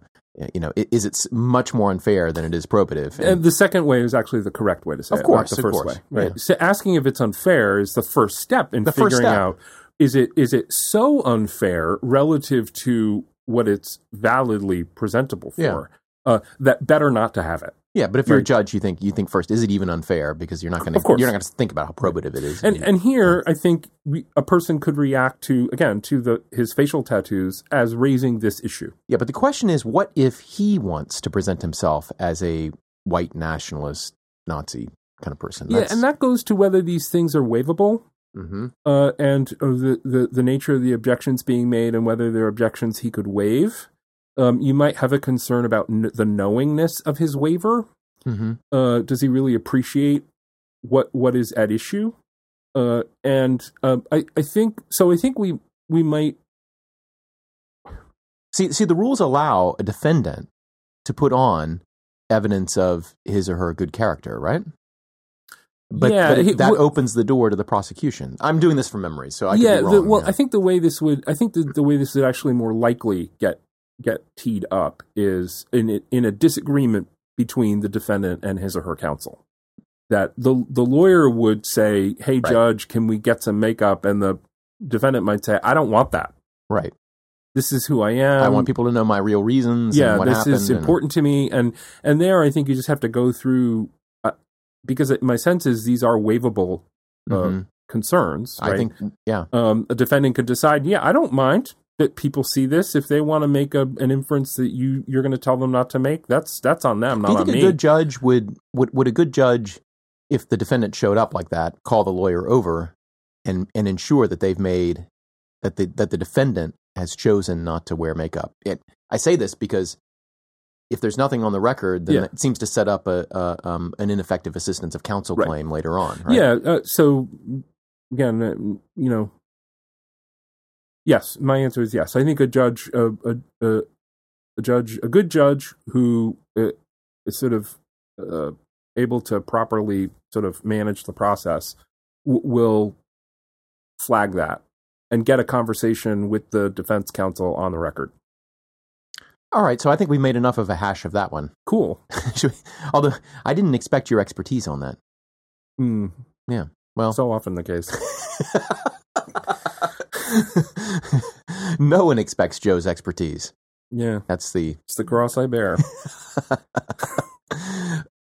Speaker 2: you know i- is it s- much more unfair than it is probative? And-
Speaker 1: And the second way is actually the correct way to say
Speaker 2: Of
Speaker 1: it,
Speaker 2: course,
Speaker 1: not the
Speaker 2: of
Speaker 1: first
Speaker 2: course.
Speaker 1: way. Right.
Speaker 2: Yeah.
Speaker 1: So asking if it's unfair is the first step in
Speaker 2: The
Speaker 1: figuring
Speaker 2: first step.
Speaker 1: out is it is it so unfair relative to what it's validly presentable for.
Speaker 2: Yeah.
Speaker 1: Uh, that better not to have it.
Speaker 2: Yeah, but if you're a
Speaker 1: Right.
Speaker 2: judge, you think you think first, is it even unfair? Because you're not going to
Speaker 1: Of course.
Speaker 2: you're not going to think about how probative it is.
Speaker 1: And and here I think we, a person could react to again to the his facial tattoos as raising this issue.
Speaker 2: yeah, but the question is, what if he wants to present himself as a white nationalist Nazi kind of person?
Speaker 1: yeah, and that goes to whether these things are waivable
Speaker 2: hmm
Speaker 1: uh, and uh, the, the the nature of the objections being made and whether they're objections he could waive. Um, you might have a concern about n- the knowingness of his waiver.
Speaker 2: hmm
Speaker 1: Uh, does he really appreciate what what is at issue? Uh, and um, I I think so. I think we we might
Speaker 2: See, see, the rules allow a defendant to put on evidence of his or her good character, right? But,
Speaker 1: Yeah,
Speaker 2: but
Speaker 1: he-
Speaker 2: that
Speaker 1: wh-
Speaker 2: opens the door to the prosecution. I'm doing this from memory, so I could
Speaker 1: yeah,
Speaker 2: be
Speaker 1: the-
Speaker 2: wrong.
Speaker 1: well,
Speaker 2: yeah.
Speaker 1: I think the way this would, I think the, the way this would actually more likely get get teed up is in a- in a disagreement between the defendant and his or her counsel. That the the lawyer would say, "Hey,
Speaker 2: Right.
Speaker 1: judge, can we get some makeup?" And the defendant might say, "I don't want that.
Speaker 2: right.
Speaker 1: This is who I am.
Speaker 2: I want people to know my real reasons.
Speaker 1: um, yeah,
Speaker 2: and what
Speaker 1: this
Speaker 2: happened
Speaker 1: is
Speaker 2: and-
Speaker 1: important to me." And and there, I think you just have to go through uh, because it, my sense is these are waivable uh,
Speaker 2: Mhm.
Speaker 1: concerns.
Speaker 2: I
Speaker 1: right?
Speaker 2: think, yeah,
Speaker 1: um, a defendant could decide, yeah, I don't mind that people see this. If they want to make a, an inference that you you're going to tell them not to make, that's that's on them,
Speaker 2: Do
Speaker 1: not
Speaker 2: you
Speaker 1: on
Speaker 2: think a
Speaker 1: me.
Speaker 2: good judge would, would would a good judge, if the defendant showed up like that, call the lawyer over and and ensure that they've made that the that the defendant has chosen not to wear makeup? It, I say this because if there's nothing on the record, then
Speaker 1: Yeah.
Speaker 2: it seems to set up a, a um, an ineffective assistance of counsel
Speaker 1: Right.
Speaker 2: claim later on. Right?
Speaker 1: Yeah. Uh, so again, uh, you know, yes, my answer is yes. I think a judge, a a, a, a judge, a good judge who uh, is sort of uh, able to properly sort of manage the process w- will flag that and get a conversation with the defense counsel on the record.
Speaker 2: All right. So I think we've made enough of a hash of that one.
Speaker 1: Cool.
Speaker 2: Should we- Although I didn't expect your expertise on that.
Speaker 1: Hmm.
Speaker 2: Yeah. Well.
Speaker 1: so often the case.
Speaker 2: no one expects Joe's expertise.
Speaker 1: Yeah,
Speaker 2: That's the
Speaker 1: it's the cross I bear.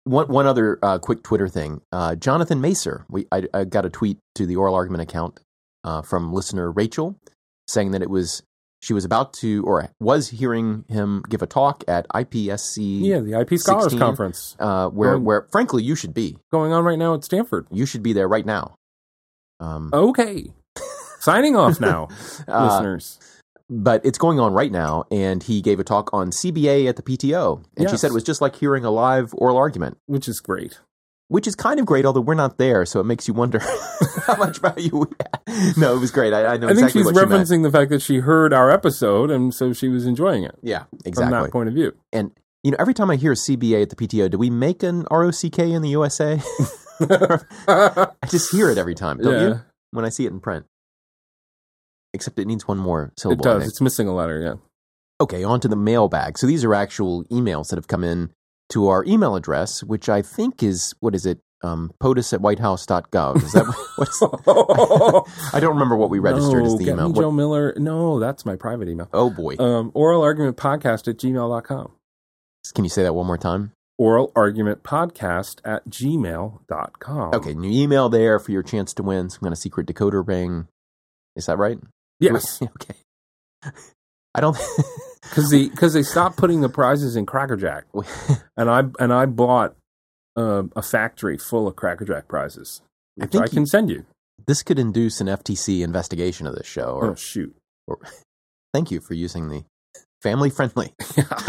Speaker 2: one. One other uh, quick Twitter thing. Uh, Jonathan Macer. We I, I got a tweet to the oral argument account uh, from listener Rachel saying that it was she was about to or was hearing him give a talk at IPSC.
Speaker 1: yeah, the IP Scholars
Speaker 2: 16.
Speaker 1: Conference
Speaker 2: Uh, where,
Speaker 1: Um,
Speaker 2: where, frankly, you should be.
Speaker 1: going on right now at Stanford.
Speaker 2: You should be there right now. Um,
Speaker 1: Oh, Okay. Signing off now,
Speaker 2: uh,
Speaker 1: listeners.
Speaker 2: but it's going on right now. And he gave a talk on CBA at the PTO, and she
Speaker 1: Yes.
Speaker 2: said it was just like hearing a live oral argument,
Speaker 1: Which is great.
Speaker 2: which is kind of great. Although we're not there, so it makes you wonder how much value we had. No, it was great. I, I know
Speaker 1: I think
Speaker 2: exactly
Speaker 1: she's
Speaker 2: what you meant.
Speaker 1: referencing the fact that she heard our episode and so she was enjoying it
Speaker 2: Yeah,
Speaker 1: from
Speaker 2: exactly.
Speaker 1: that point of view.
Speaker 2: And you know, every time I hear CBA at the PTO, do we make an ROCK in the USA? I just hear it every time, don't
Speaker 1: yeah,
Speaker 2: you? When I see it in print. Except it needs one more
Speaker 1: it
Speaker 2: syllable. I
Speaker 1: does.
Speaker 2: think.
Speaker 1: It's missing a letter, yeah.
Speaker 2: Okay, on to the mailbag. So these are actual emails that have come in to our email address, which I think is what is it? Um, POTUS at whitehouse.gov. Is that what's? I don't remember what we registered
Speaker 1: no,
Speaker 2: as the
Speaker 1: get
Speaker 2: email.
Speaker 1: Me
Speaker 2: What-
Speaker 1: Joe Miller. No, that's my private email.
Speaker 2: oh boy,
Speaker 1: Um, oral argument podcast at gmail.com.
Speaker 2: can you say that one more time?
Speaker 1: oral argument podcast at gmail.com.
Speaker 2: Okay, new email there for your chance to win some kind of secret decoder ring. Is that right?
Speaker 1: Yes.
Speaker 2: okay. I don't.
Speaker 1: Because they, cause they stopped putting the prizes in Cracker Jack. And I, and I bought um, a factory full of Cracker Jack prizes,
Speaker 2: I
Speaker 1: which I,
Speaker 2: think
Speaker 1: can send you.
Speaker 2: this could induce an FTC investigation of this show. Or
Speaker 1: oh, shoot.
Speaker 2: thank you for using the family friendly.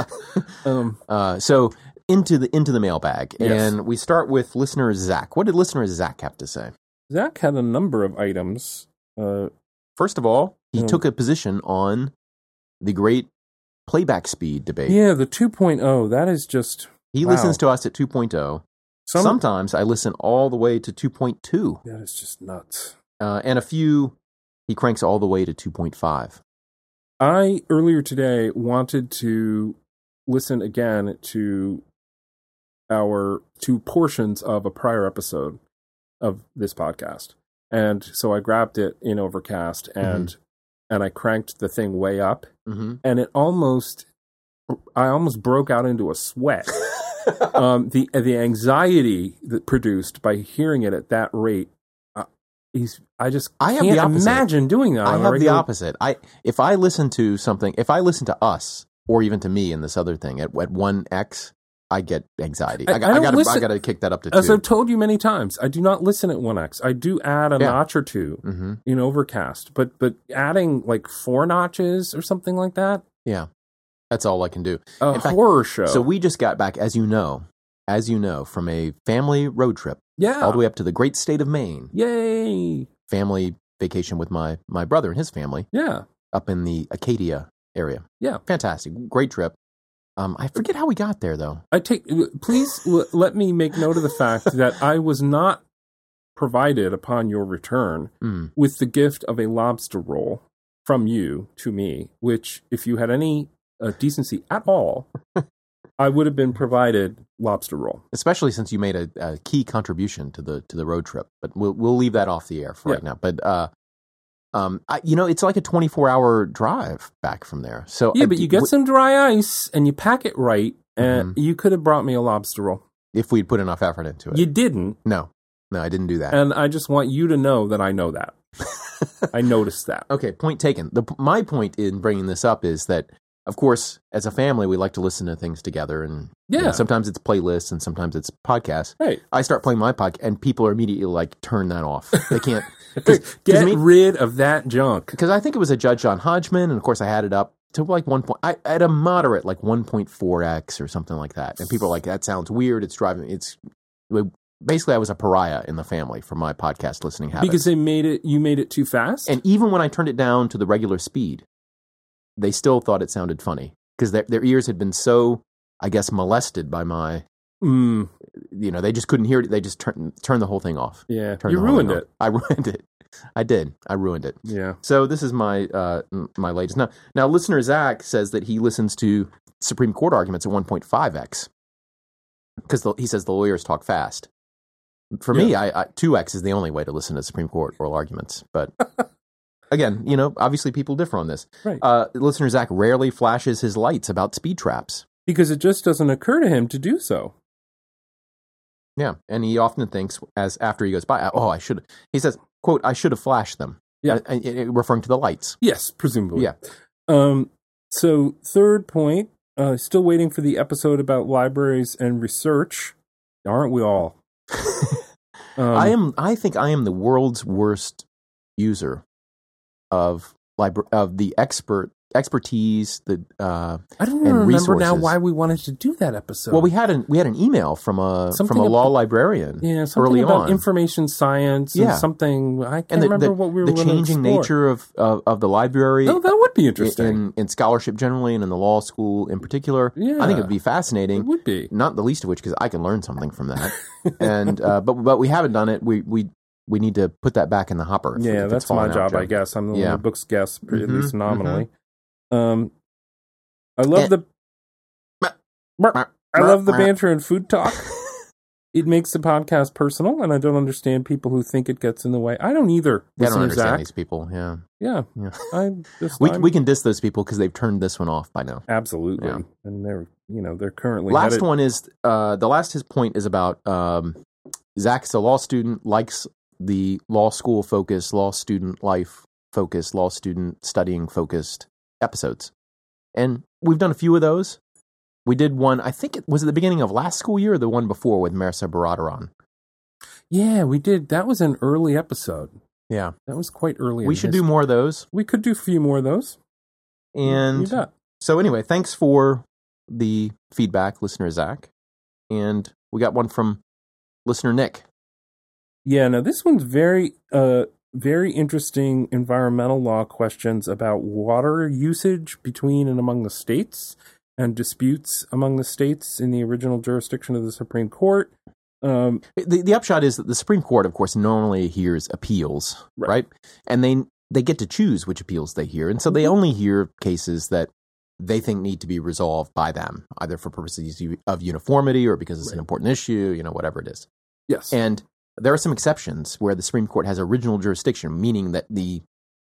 Speaker 1: Um,
Speaker 2: Uh, so into the into the mailbag,
Speaker 1: Yes.
Speaker 2: and we start with listener Zach. What did listener Zach have to say?
Speaker 1: Zach had a number of items. Uh,
Speaker 2: First of all, he
Speaker 1: Hmm.
Speaker 2: took a position on the great playback speed debate.
Speaker 1: yeah, the 2.0, that is just
Speaker 2: He
Speaker 1: Wow.
Speaker 2: listens to us at oh, 2.0.
Speaker 1: some,
Speaker 2: Sometimes I listen all the way to 2.2,
Speaker 1: That is just nuts.
Speaker 2: uh, and a few he cranks all the way to 2.5.
Speaker 1: I earlier today wanted to listen again to our two portions of a prior episode of this podcast. And so I grabbed it in Overcast and and I cranked the thing way up,
Speaker 2: Mm-hmm.
Speaker 1: and it almost, I almost broke out into a sweat. um, the the anxiety that produced by hearing it at that rate, uh, he's I just
Speaker 2: I have
Speaker 1: can't
Speaker 2: the opposite.
Speaker 1: imagine doing that. on
Speaker 2: I
Speaker 1: a
Speaker 2: have the
Speaker 1: regular-
Speaker 2: opposite. I if I listen to something, if I listen to us or even to me in this other thing at at one x, I get anxiety.
Speaker 1: I-
Speaker 2: I,
Speaker 1: I don't
Speaker 2: got to I
Speaker 1: listen-
Speaker 2: got to kick that up to
Speaker 1: As
Speaker 2: two.
Speaker 1: I've told you many times, I do not listen at one x. I do add a
Speaker 2: Yeah.
Speaker 1: notch or two
Speaker 2: mm-hmm.
Speaker 1: in Overcast, but but adding like four notches or something like that,
Speaker 2: Yeah, that's all I can do.
Speaker 1: a
Speaker 2: In fact,
Speaker 1: horror show.
Speaker 2: So we just got back, as you know, as you know, from a family road trip
Speaker 1: yeah,
Speaker 2: all the way up to the great state of Maine.
Speaker 1: yay,
Speaker 2: Family vacation with my my brother and his family
Speaker 1: yeah,
Speaker 2: up in the Acadia area.
Speaker 1: Yeah.
Speaker 2: fantastic, great trip. Um, I forget how we got there though.
Speaker 1: I take. Please l- let me make note of the fact that I was not provided upon your return
Speaker 2: Mm,
Speaker 1: with the gift of a lobster roll from you to me, which, if you had any uh, decency at all, I would have been provided lobster roll.
Speaker 2: especially since you made a, a key contribution to the to the road trip, but we'll we'll leave that off the air for
Speaker 1: Yeah.
Speaker 2: right now. But uh, um, I, you know, it's like a twenty four hour drive back from there. So
Speaker 1: Yeah,
Speaker 2: I-
Speaker 1: but you get some dry ice and you pack it right,
Speaker 2: Mm-hmm.
Speaker 1: and you could have brought me a lobster roll.
Speaker 2: if we'd put enough effort into it.
Speaker 1: You Uh, didn't,
Speaker 2: no, no, I didn't do that.
Speaker 1: and I just want you to know that I know that. I noticed that.
Speaker 2: Okay, point taken. The, my point in bringing this up is that, of course, as a family, we like to listen to things together, and you know,
Speaker 1: Yeah.
Speaker 2: sometimes it's playlists and sometimes it's podcasts.
Speaker 1: Right.
Speaker 2: I start playing my podcast, and people are immediately like, "Turn that off." They can't 'cause
Speaker 1: Get
Speaker 2: me-
Speaker 1: rid of that junk.
Speaker 2: because I think it was a Judge John Hodgman, and of course, I had it up to like one point, I at a moderate like one point four x or something like that, and people are like, "That sounds weird." It's driving. It's basically I was a pariah in the family for my podcast listening habits.
Speaker 1: Because they made it, you made it too fast.
Speaker 2: And even when I turned it down to the regular speed, they still thought it sounded funny because their, their ears had been so, I guess, molested by my,
Speaker 1: mm,
Speaker 2: you know, they just couldn't hear it. They just turned turned the whole thing off.
Speaker 1: yeah,
Speaker 2: Turned
Speaker 1: you
Speaker 2: the whole
Speaker 1: ruined
Speaker 2: thing off.
Speaker 1: it.
Speaker 2: I ruined it. I did. I ruined it.
Speaker 1: Yeah,
Speaker 2: So this is my uh, m- my latest. Now, now, listener Zach says that he listens to Supreme Court arguments at 1.5x because he says the lawyers talk fast. For me, I, I, 2x is the only way to listen to Supreme Court oral arguments. But again, you know, obviously people differ on this.
Speaker 1: right.
Speaker 2: Uh, listener Zach rarely flashes his lights about speed traps.
Speaker 1: because it just doesn't occur to him to do so.
Speaker 2: Yeah, and he often thinks as after he goes by, oh, I should. He says, "quote I should have flashed them."
Speaker 1: Yeah.
Speaker 2: uh, I- I- referring to the lights.
Speaker 1: Yes, presumably.
Speaker 2: Yeah.
Speaker 1: Um, so, third point, uh, still waiting for the episode about libraries and research. Aren't we all? Um,
Speaker 2: I am. I think I am the world's worst user of libra- of the expert expertise. The uh,
Speaker 1: I don't
Speaker 2: and
Speaker 1: even remember now
Speaker 2: resources.
Speaker 1: why we wanted to do that episode.
Speaker 2: well, we had an we had an email from a
Speaker 1: Something
Speaker 2: from a
Speaker 1: ab-
Speaker 2: law librarian,
Speaker 1: yeah something
Speaker 2: early
Speaker 1: about
Speaker 2: on.
Speaker 1: information science and
Speaker 2: Yeah.
Speaker 1: something. I can't
Speaker 2: and the,
Speaker 1: remember
Speaker 2: the,
Speaker 1: what we were
Speaker 2: the
Speaker 1: gonna
Speaker 2: changing
Speaker 1: explore.
Speaker 2: nature of, of of the library.
Speaker 1: No, that would be interesting.
Speaker 2: in, in scholarship generally and in the law school in particular, I think
Speaker 1: Yeah.
Speaker 2: it would be fascinating.
Speaker 1: it would be.
Speaker 2: Not the least of which because I can learn something from that. and uh, but but we haven't done it. We we we need to put that back in the hopper. if- if
Speaker 1: Yeah,
Speaker 2: it's
Speaker 1: that's my
Speaker 2: fallen out,
Speaker 1: job, I
Speaker 2: Joe.
Speaker 1: guess. I'm the one
Speaker 2: Yeah.
Speaker 1: who books guests, pr- at
Speaker 2: Mhm,
Speaker 1: least nominally. Um, I love
Speaker 2: Eh.
Speaker 1: the. I love the banter and food talk. It makes the podcast personal, and I don't understand people who think it gets in the way. I don't either.
Speaker 2: I don't
Speaker 1: listener
Speaker 2: understand
Speaker 1: Zach.
Speaker 2: these people. Yeah,
Speaker 1: Yeah,
Speaker 2: Yeah.
Speaker 1: I just
Speaker 2: we
Speaker 1: I'm-
Speaker 2: we can diss those people because they've turned this one off by now.
Speaker 1: absolutely,
Speaker 2: Yeah.
Speaker 1: and they're you know they're currently
Speaker 2: last
Speaker 1: headed-
Speaker 2: one is uh, the last. His point is about um, Zach's a law student, likes the law school focus, law student life focus, law student studying focused episodes, and we've done a few of those. We did one, I think it was at the beginning of last school year or the one before with Marissa Baradaran.
Speaker 1: Yeah, we did. That was an early episode.
Speaker 2: Yeah.
Speaker 1: That was quite early.
Speaker 2: We
Speaker 1: in
Speaker 2: should
Speaker 1: his-
Speaker 2: do more of those.
Speaker 1: We could do a few more of those.
Speaker 2: And
Speaker 1: you bet.
Speaker 2: So anyway, thanks for the feedback, listener Zach. And we got one from listener Nick.
Speaker 1: Yeah, now this one's very uh very interesting environmental law questions about water usage between and among the states and disputes among the states in the original jurisdiction of the Supreme Court. Um
Speaker 2: The, the upshot is that the Supreme Court, of course, normally hears appeals,
Speaker 1: Right.
Speaker 2: right? And they they get to choose which appeals they hear, and so
Speaker 1: Mm-hmm.
Speaker 2: they only hear cases that they think need to be resolved by them, either for purposes u- of uniformity or because it's an
Speaker 1: Right.
Speaker 2: important issue, you know, whatever it is.
Speaker 1: yes.
Speaker 2: And there are some exceptions where the Supreme Court has original jurisdiction, meaning that the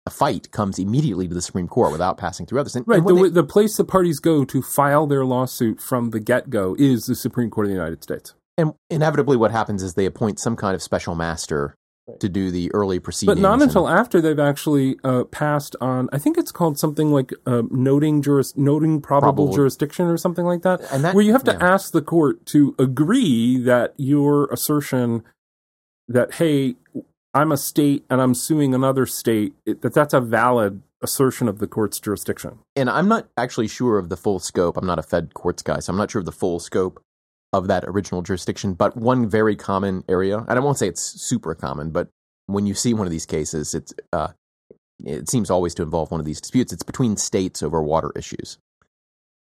Speaker 2: a fight comes immediately to the Supreme Court without passing through others. And,
Speaker 1: Right.
Speaker 2: and
Speaker 1: The,
Speaker 2: when
Speaker 1: w
Speaker 2: they-
Speaker 1: the place the parties go to file their lawsuit from the get go is the Supreme Court of the United States.
Speaker 2: and inevitably, what happens is they appoint some kind of special master to do the early proceedings.
Speaker 1: But not
Speaker 2: and-
Speaker 1: until after they've actually uh, passed on. I think it's called something like uh, noting juris, noting probable,
Speaker 2: Probable.
Speaker 1: jurisdiction or something like that,
Speaker 2: And that-
Speaker 1: where you have to
Speaker 2: yeah.
Speaker 1: ask the court to agree that your assertion that hey, I'm a state and I'm suing another state it, that that's a valid assertion of the court's jurisdiction.
Speaker 2: and I'm not actually sure of the full scope. I'm not a Fed courts guy, so I'm not sure of the full scope of that original jurisdiction. But one very common area, and I won't say it's super common, but when you see one of these cases, it's uh, it seems always to involve one of these disputes. It's between states over water issues.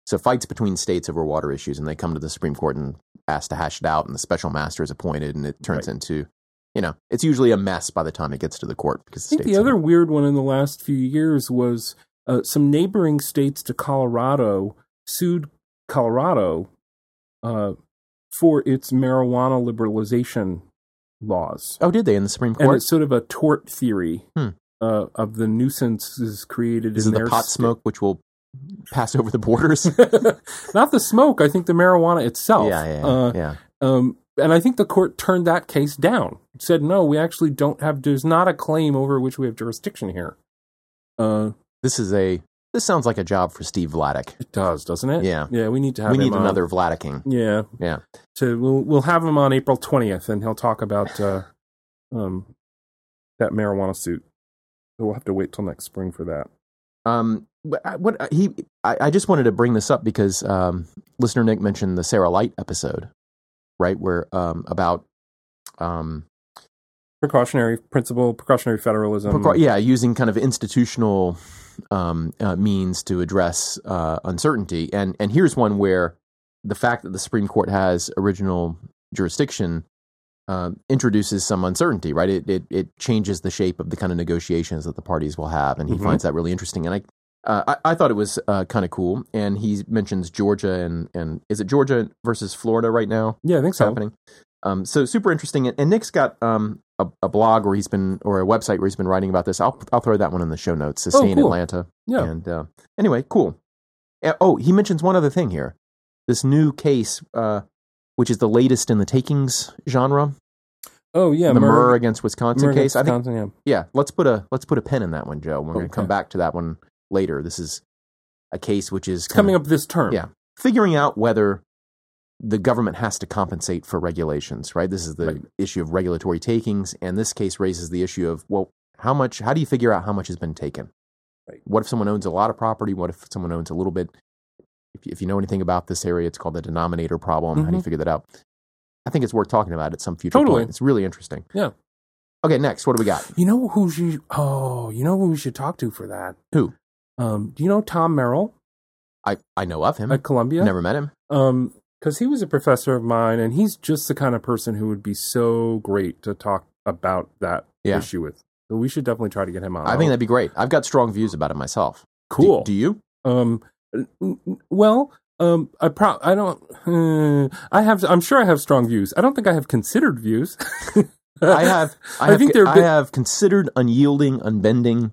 Speaker 2: So fights between states over water issues, and they come to the Supreme Court and ask to hash it out, and the special master is appointed, and it turns
Speaker 1: Right.
Speaker 2: into, you know, it's usually a mess by the time it gets to the court because
Speaker 1: I think
Speaker 2: states
Speaker 1: the other weird one in the last few years was uh, some neighboring states to Colorado sued Colorado uh, for its marijuana liberalization laws,
Speaker 2: oh, did they in the Supreme
Speaker 1: and
Speaker 2: Court?
Speaker 1: it's sort of a tort theory
Speaker 2: Hmm.
Speaker 1: uh, of the nuisances created
Speaker 2: This
Speaker 1: in
Speaker 2: is the
Speaker 1: their
Speaker 2: pot
Speaker 1: sta-
Speaker 2: smoke which will pass over the borders.
Speaker 1: Not the smoke. I think the marijuana itself. Uh,
Speaker 2: Oh, yeah.
Speaker 1: Um, and I think the court turned that case down. It said, no, we actually don't have. There's not a claim over which we have jurisdiction here. Uh,
Speaker 2: This is a. This sounds like a job for Steve Vladek.
Speaker 1: It does, doesn't it?
Speaker 2: Yeah.
Speaker 1: Yeah, we need to have
Speaker 2: We
Speaker 1: him uh,
Speaker 2: need
Speaker 1: on.
Speaker 2: another Vladeking.
Speaker 1: Yeah.
Speaker 2: Yeah.
Speaker 1: To we'll we'll have him on April 20th and he'll talk about uh um that marijuana suit. So We'll have to wait till next spring for that.
Speaker 2: Um, what, I- what I- he? I, I just wanted to bring this up because um, listener Nick mentioned the Sarah Light episode, right? Where um about um
Speaker 1: Precautionary principle, precautionary federalism.
Speaker 2: Precau- yeah, using kind of institutional um, uh, means to address uh, uncertainty. And and here's one where the fact that the Supreme Court has original jurisdiction uh, introduces some uncertainty, right? It, it it changes the shape of the kind of negotiations that the parties will have, and he
Speaker 1: Mhm.
Speaker 2: finds that really interesting. And I. Uh, I, I thought it was uh, kind of cool, and he mentions Georgia and, and is it Georgia versus Florida right now?
Speaker 1: Yeah, I think
Speaker 2: that's
Speaker 1: so.
Speaker 2: happening. Um, so super interesting. And, and Nick's got um, a, a blog where he's been or a website where he's been writing about this. I'll I'll throw that one in the show notes. Sustain
Speaker 1: Oh, cool.
Speaker 2: Atlanta.
Speaker 1: Yeah.
Speaker 2: And uh, anyway, cool. Uh, Oh, he mentions one other thing here. This new case, uh, which is the latest in the takings genre,
Speaker 1: Oh yeah,
Speaker 2: the Murr,
Speaker 1: Murray-
Speaker 2: against Wisconsin
Speaker 1: Murray
Speaker 2: case. I think,
Speaker 1: Wisconsin, yeah.
Speaker 2: yeah, let's put a let's put a pin in that one, Joe. We're going to come
Speaker 1: Okay.
Speaker 2: back to that one later. This is a case which is
Speaker 1: It's coming up this term.
Speaker 2: yeah. figuring out whether the government has to compensate for regulations, right? This is the
Speaker 1: Right.
Speaker 2: issue of regulatory takings, and this case raises the issue of well, how much? How do you figure out how much has been taken?
Speaker 1: Right.
Speaker 2: What if someone owns a lot of property? What if someone owns a little bit? If you, if you know anything about this area, it's called the denominator problem. How do you
Speaker 1: Mhm.
Speaker 2: figure that out? I think it's worth talking about at some future
Speaker 1: Totally.
Speaker 2: point. It's really interesting.
Speaker 1: Yeah.
Speaker 2: Okay, next, what do we got?
Speaker 1: You know who she oh, you know who we should talk to for that?
Speaker 2: Who?
Speaker 1: Um, do you know Tom Merrill
Speaker 2: I, I know of him.
Speaker 1: at Columbia?
Speaker 2: Never met him.
Speaker 1: um because he was a professor of mine and he's just the kind of person who would be so great to talk about that
Speaker 2: Yeah.
Speaker 1: issue with so we should definitely try to get him on
Speaker 2: I think that'd be great. I've got strong views about it myself. Do-
Speaker 1: cool
Speaker 2: do you?
Speaker 1: um n- n- well um i pro i don't uh, i have i'm sure i have strong views i don't think i have considered views
Speaker 2: I have. I,
Speaker 1: I
Speaker 2: have,
Speaker 1: think
Speaker 2: con-
Speaker 1: they're bit-
Speaker 2: I have considered unyielding, unbending,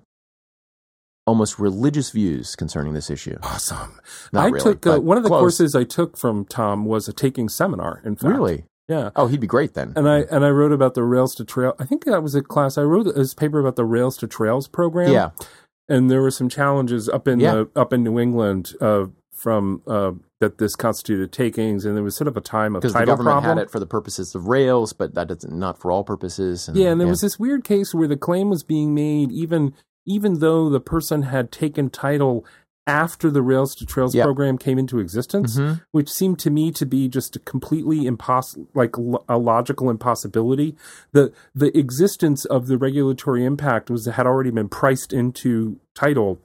Speaker 2: almost religious views concerning this issue.
Speaker 1: awesome
Speaker 2: Not
Speaker 1: i
Speaker 2: really,
Speaker 1: took uh,
Speaker 2: but
Speaker 1: one of the
Speaker 2: close.
Speaker 1: courses i took from tom was a taking seminar in fact
Speaker 2: Really?
Speaker 1: yeah
Speaker 2: Oh, he'd be great then.
Speaker 1: and I and I wrote about the Rails to Trail. I think that was a class. I wrote this paper about the Rails to Trails program.
Speaker 2: yeah,
Speaker 1: and there were some challenges up in
Speaker 2: Yeah.
Speaker 1: the, up in New England uh, from uh, that this constituted takings, and there was sort of a time of
Speaker 2: because
Speaker 1: title
Speaker 2: the government
Speaker 1: problem.
Speaker 2: had it for the purposes of rails, but that doesn't not for all purposes.
Speaker 1: Yeah, and there was this weird case where the claim was being made even even though the person had taken title after the Rails to Trails
Speaker 2: Yeah.
Speaker 1: program came into existence,
Speaker 2: Mhm.
Speaker 1: which seemed to me to be just a completely impossible, like lo- a logical impossibility. The the existence of the regulatory impact was had already been priced into title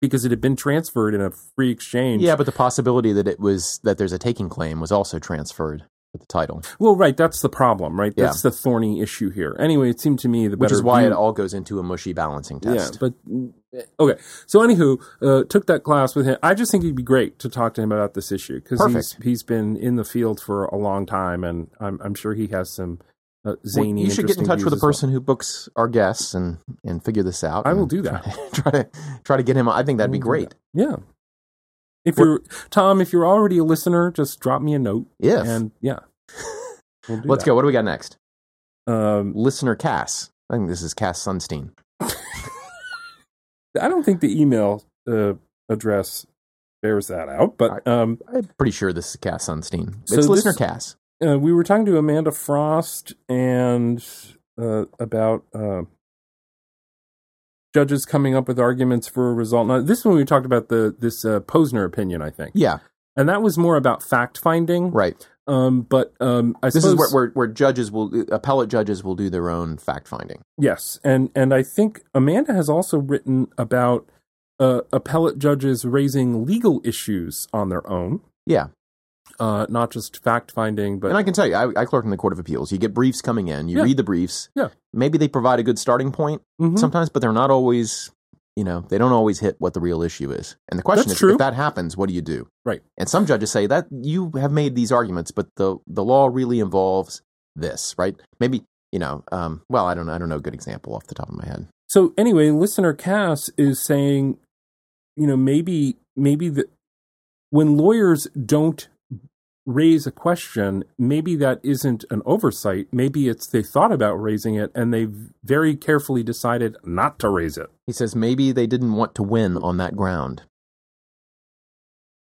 Speaker 1: because it had been transferred in a free exchange.
Speaker 2: yeah, but the possibility that it was that there's a taking claim was also transferred with the title,
Speaker 1: Well, right. That's the problem, right?
Speaker 2: Yeah.
Speaker 1: That's the thorny issue here. Anyway, it seemed to me the
Speaker 2: which
Speaker 1: better
Speaker 2: is why
Speaker 1: view-
Speaker 2: it all goes into a mushy balancing test.
Speaker 1: Yeah, but mm, okay. So, anywho, uh, took that class with him. I just think it'd be great to talk to him about this issue because he's
Speaker 2: Perfect.
Speaker 1: he's been in the field for a long time, and I'm I'm sure he has some uh,
Speaker 2: Well,
Speaker 1: zany.
Speaker 2: you should get in
Speaker 1: interesting
Speaker 2: touch
Speaker 1: views
Speaker 2: with the
Speaker 1: as well.
Speaker 2: person who books our guests and and figure this out.
Speaker 1: I will
Speaker 2: and
Speaker 1: do
Speaker 2: try-
Speaker 1: that.
Speaker 2: Try to try to get him. on. I think that'd be
Speaker 1: will do
Speaker 2: great.
Speaker 1: Yeah. If
Speaker 2: What-
Speaker 1: you're Tom, if you're already a listener, just drop me a note.
Speaker 2: If
Speaker 1: And yeah, We'll do
Speaker 2: let's
Speaker 1: that.
Speaker 2: go. What do we got next?
Speaker 1: Um,
Speaker 2: Listener Cass. I think this is Cass Sunstein.
Speaker 1: I don't think the email uh, address bears that out, but um,
Speaker 2: I'm pretty sure this is Cass Sunstein.
Speaker 1: So
Speaker 2: it's
Speaker 1: this-
Speaker 2: Listener Cass.
Speaker 1: uh, we were talking to Amanda Frost and uh, about uh, judges coming up with arguments for a result. Now, this one we talked about the this uh, Posner opinion, I think,
Speaker 2: Yeah,
Speaker 1: and that was more about fact finding.
Speaker 2: right.
Speaker 1: Um, but um, I
Speaker 2: This
Speaker 1: suppose
Speaker 2: is where, where where judges will appellate judges will do their own fact finding.
Speaker 1: Yes, and and I think Amanda has also written about uh, appellate judges raising legal issues on their own,
Speaker 2: Yeah,
Speaker 1: uh, not just fact finding, but
Speaker 2: and I can tell you, I, I clerk in the Court of Appeals. You get briefs coming in. You
Speaker 1: Yeah.
Speaker 2: read the briefs.
Speaker 1: Yeah.
Speaker 2: Maybe they provide a good starting point
Speaker 1: Mhm.
Speaker 2: sometimes, but they're not always. You know, they don't always hit what the real issue is. And the question
Speaker 1: That's
Speaker 2: is,
Speaker 1: true.
Speaker 2: if that happens, what do you do?
Speaker 1: Right.
Speaker 2: And some judges say that you have made these arguments, but the the law really involves this, right? Maybe you know. Um, well, I don't. know. I don't know. A good example off the top of my head.
Speaker 1: so anyway, listener Cass is saying, you know, maybe maybe the when lawyers don't raise a question, maybe that isn't an oversight. Maybe it's they thought about raising it and they very carefully decided not to raise it.
Speaker 2: He says maybe they didn't want to win on that ground.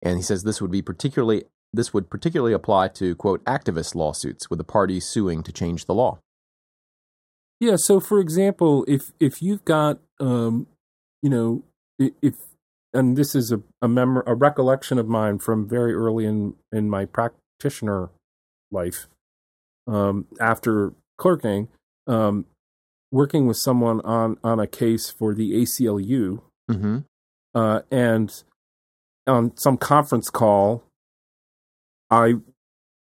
Speaker 2: And he says this would be particularly this would particularly apply to quote activist lawsuits with the party suing to change the law.
Speaker 1: Yeah. So, for example, if if you've got, um, you know, i- if and this is a a, mem- a recollection of mine from very early in in my practitioner life, um, after clerking, um, working with someone on on a case for the ACLU,
Speaker 2: Mhm.
Speaker 1: uh, and on some conference call, I,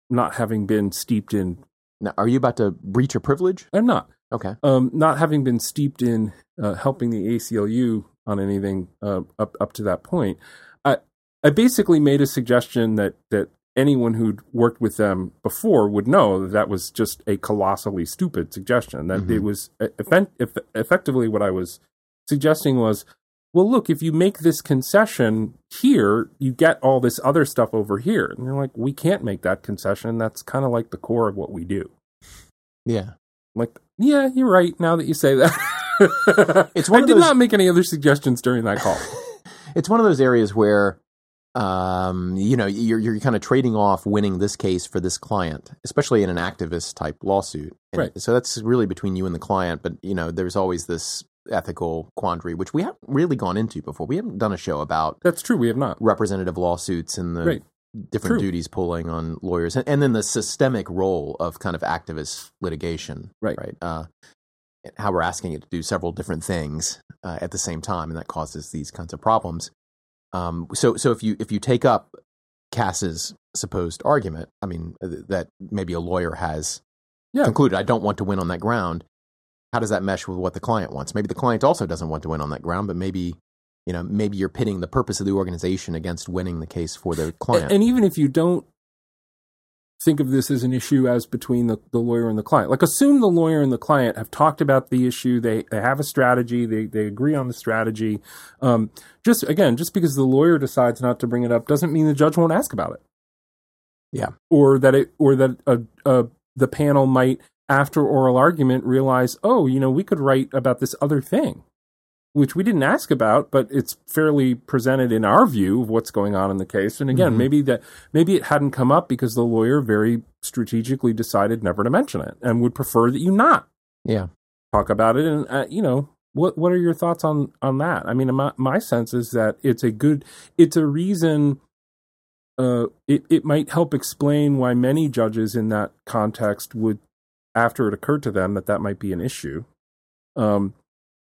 Speaker 1: not having been steeped in,
Speaker 2: Now, are you about to breach your privilege?
Speaker 1: I'm not
Speaker 2: Okay.
Speaker 1: um, not having been steeped in uh, helping the ACLU on anything uh, up up to that point, I I basically made a suggestion that that anyone who'd worked with them before would know that that was just a colossally stupid suggestion. That it
Speaker 2: Mhm.
Speaker 1: was e- effen- eff- effectively what I was suggesting was. Well, look, if you make this concession here, you get all this other stuff over here. And they're like, we can't make that concession. That's kind of like the core of what we do.
Speaker 2: Yeah.
Speaker 1: I'm like, yeah, you're right. Now that you say that,
Speaker 2: It's one
Speaker 1: I
Speaker 2: of
Speaker 1: did
Speaker 2: those-
Speaker 1: not make any other suggestions during that call.
Speaker 2: It's one of those areas where um, you know, you're you're kind of trading off winning this case for this client, especially in an activist type lawsuit. And
Speaker 1: Right.
Speaker 2: So that's really between you and the client, but you know, there's always this ethical quandary which we haven't really gone into before. We haven't done a show about
Speaker 1: That's true. We have not.
Speaker 2: representative lawsuits and the
Speaker 1: Right.
Speaker 2: different
Speaker 1: True.
Speaker 2: duties pulling on lawyers, and, and then the systemic role of kind of activist litigation,
Speaker 1: Right.
Speaker 2: Right. Uh, and how we're asking it to do several different things uh, at the same time, and that causes these kinds of problems. Um, so, so if you if you take up Cass's supposed argument, I mean th- that maybe a lawyer has
Speaker 1: Yeah.
Speaker 2: concluded, I don't want to win on that ground. How does that mesh with what the client wants? Maybe the client also doesn't want to win on that ground, but maybe you know maybe you're pitting the purpose of the organization against winning the case for the client.
Speaker 1: And, and even if you don't think of this as an issue as between the, the lawyer and the client, like assume the lawyer and the client have talked about the issue. They, they have a strategy. They, they agree on the strategy. Um, just again, just because the lawyer decides not to bring it up doesn't mean the judge won't ask about it.
Speaker 2: Yeah.
Speaker 1: Or that it, or that a, a, the panel might after oral argument realize, oh, you know, we could write about this other thing. Which we didn't ask about, but it's fairly presented in our view of what's going on in the case. And again,
Speaker 2: Mhm.
Speaker 1: maybe that maybe it hadn't come up because the lawyer very strategically decided never to mention it and would prefer that you not
Speaker 2: Yeah.
Speaker 1: talk about it and uh, you know what what are your thoughts on on that i mean my my sense is that it's a good it's a reason uh it it might help explain why many judges in that context would after it occurred to them that that might be an issue um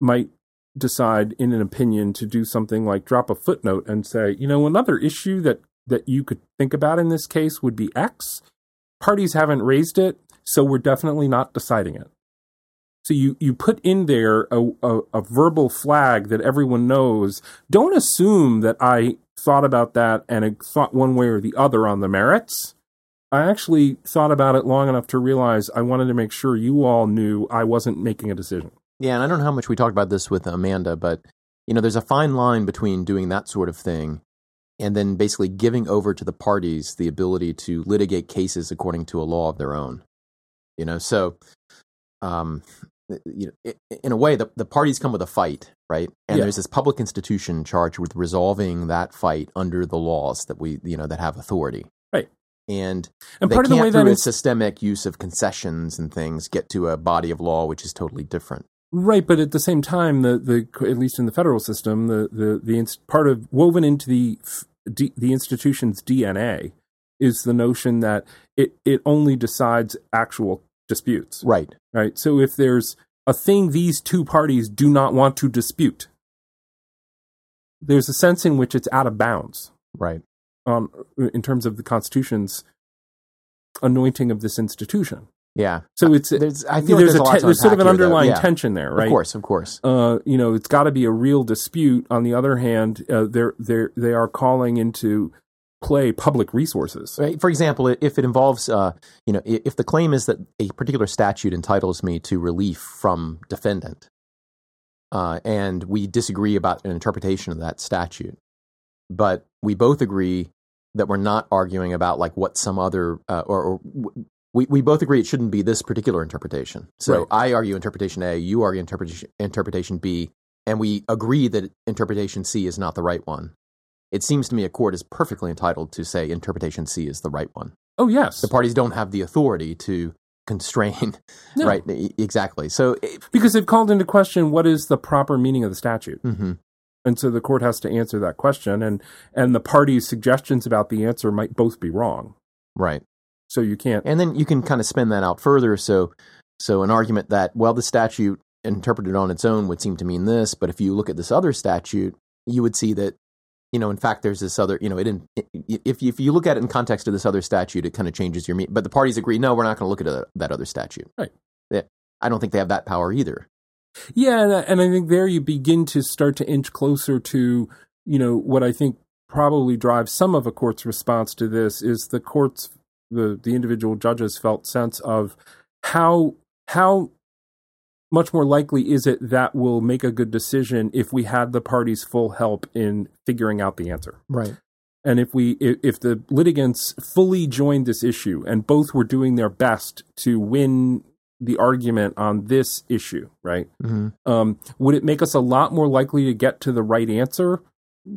Speaker 1: might decide in an opinion to do something like drop a footnote and say you know another issue that that you could think about in this case would be x parties haven't raised it so we're definitely not deciding it so you you put in there a, a, a verbal flag that everyone knows. Don't assume that I thought about that and I thought one way or the other on the merits. I actually thought about it long enough to realize I wanted to make sure you all knew I wasn't making a decision.
Speaker 2: Yeah, and I don't know how much we talked about this with Amanda, but you know, there's a fine line between doing that sort of thing and then basically giving over to the parties the ability to litigate cases according to a law of their own. You know, so um you know, i- in a way, the, the parties come with a fight, right? And
Speaker 1: Yeah.
Speaker 2: there's this public institution charged with resolving that fight under the laws that we, you know, that have authority,
Speaker 1: Right.
Speaker 2: And
Speaker 1: And
Speaker 2: they
Speaker 1: part of the
Speaker 2: can't,
Speaker 1: way that
Speaker 2: through a
Speaker 1: is
Speaker 2: systemic use of concessions and things, get to a body of law which is totally different.
Speaker 1: right, but at the same time, the the at least in the federal system, the the the ins- part of woven into the f- D, the institution's DNA is the notion that it it only decides actual disputes.
Speaker 2: Right.
Speaker 1: Right. So if there's a thing these two parties do not want to dispute, there's a sense in which it's out of bounds.
Speaker 2: Right.
Speaker 1: um, in terms of the Constitution's anointing of this institution.
Speaker 2: Yeah.
Speaker 1: So it's
Speaker 2: There's, I feel like
Speaker 1: there's,
Speaker 2: there's, a, lot
Speaker 1: te-
Speaker 2: to
Speaker 1: there's sort of an
Speaker 2: unpack here, though.
Speaker 1: underlying
Speaker 2: Yeah.
Speaker 1: tension there, right?
Speaker 2: Of course, of course.
Speaker 1: Uh, you know, it's got to be a real dispute. On the other hand, uh, they're they they are calling into play public resources.
Speaker 2: Right? For example, i- if it involves, uh, you know, i- if the claim is that a particular statute entitles me to relief from defendant, uh, and we disagree about an interpretation of that statute, but we both agree that we're not arguing about like what some other uh, or, or w- we, we both agree it shouldn't be this particular interpretation. So
Speaker 1: Right.
Speaker 2: I argue interpretation A, you argue interpretation interpretation B, and we agree that interpretation C is not the right one. It seems to me a court is perfectly entitled to say interpretation C is the right one.
Speaker 1: Oh yes,
Speaker 2: The parties don't have the authority to constrain,
Speaker 1: No.
Speaker 2: right? e- Exactly. So, e, it,
Speaker 1: because they've called into question what is the proper meaning of the statute,
Speaker 2: mhm.
Speaker 1: and so the court has to answer that question, and and the parties' suggestions about the answer might both be wrong.
Speaker 2: right.
Speaker 1: So you can't.
Speaker 2: And then you can kind of spin that out further. So, so an argument that well, the statute interpreted on its own would seem to mean this, but if you look at this other statute, you would see that you know, in fact, there's this other you know, it, in- if if you look at it in context of this other statute, it kind of changes your mean. But the parties agree, no, we're not going to look at uh, that other statute.
Speaker 1: Right.
Speaker 2: Yeah. I don't think they have that power either.
Speaker 1: Yeah, and I, and I think there you begin to start to inch closer to, you know, what I think probably drives some of a court's response to this is the court's the the individual judges felt sense of how how much more likely is it that we'll make a good decision if we had the parties full help in figuring out the answer
Speaker 2: Right.
Speaker 1: and if we if, if the litigants fully joined this issue and both were doing their best to win the argument on this issue right
Speaker 2: hmm
Speaker 1: um, would it make us a lot more likely to get to the right answer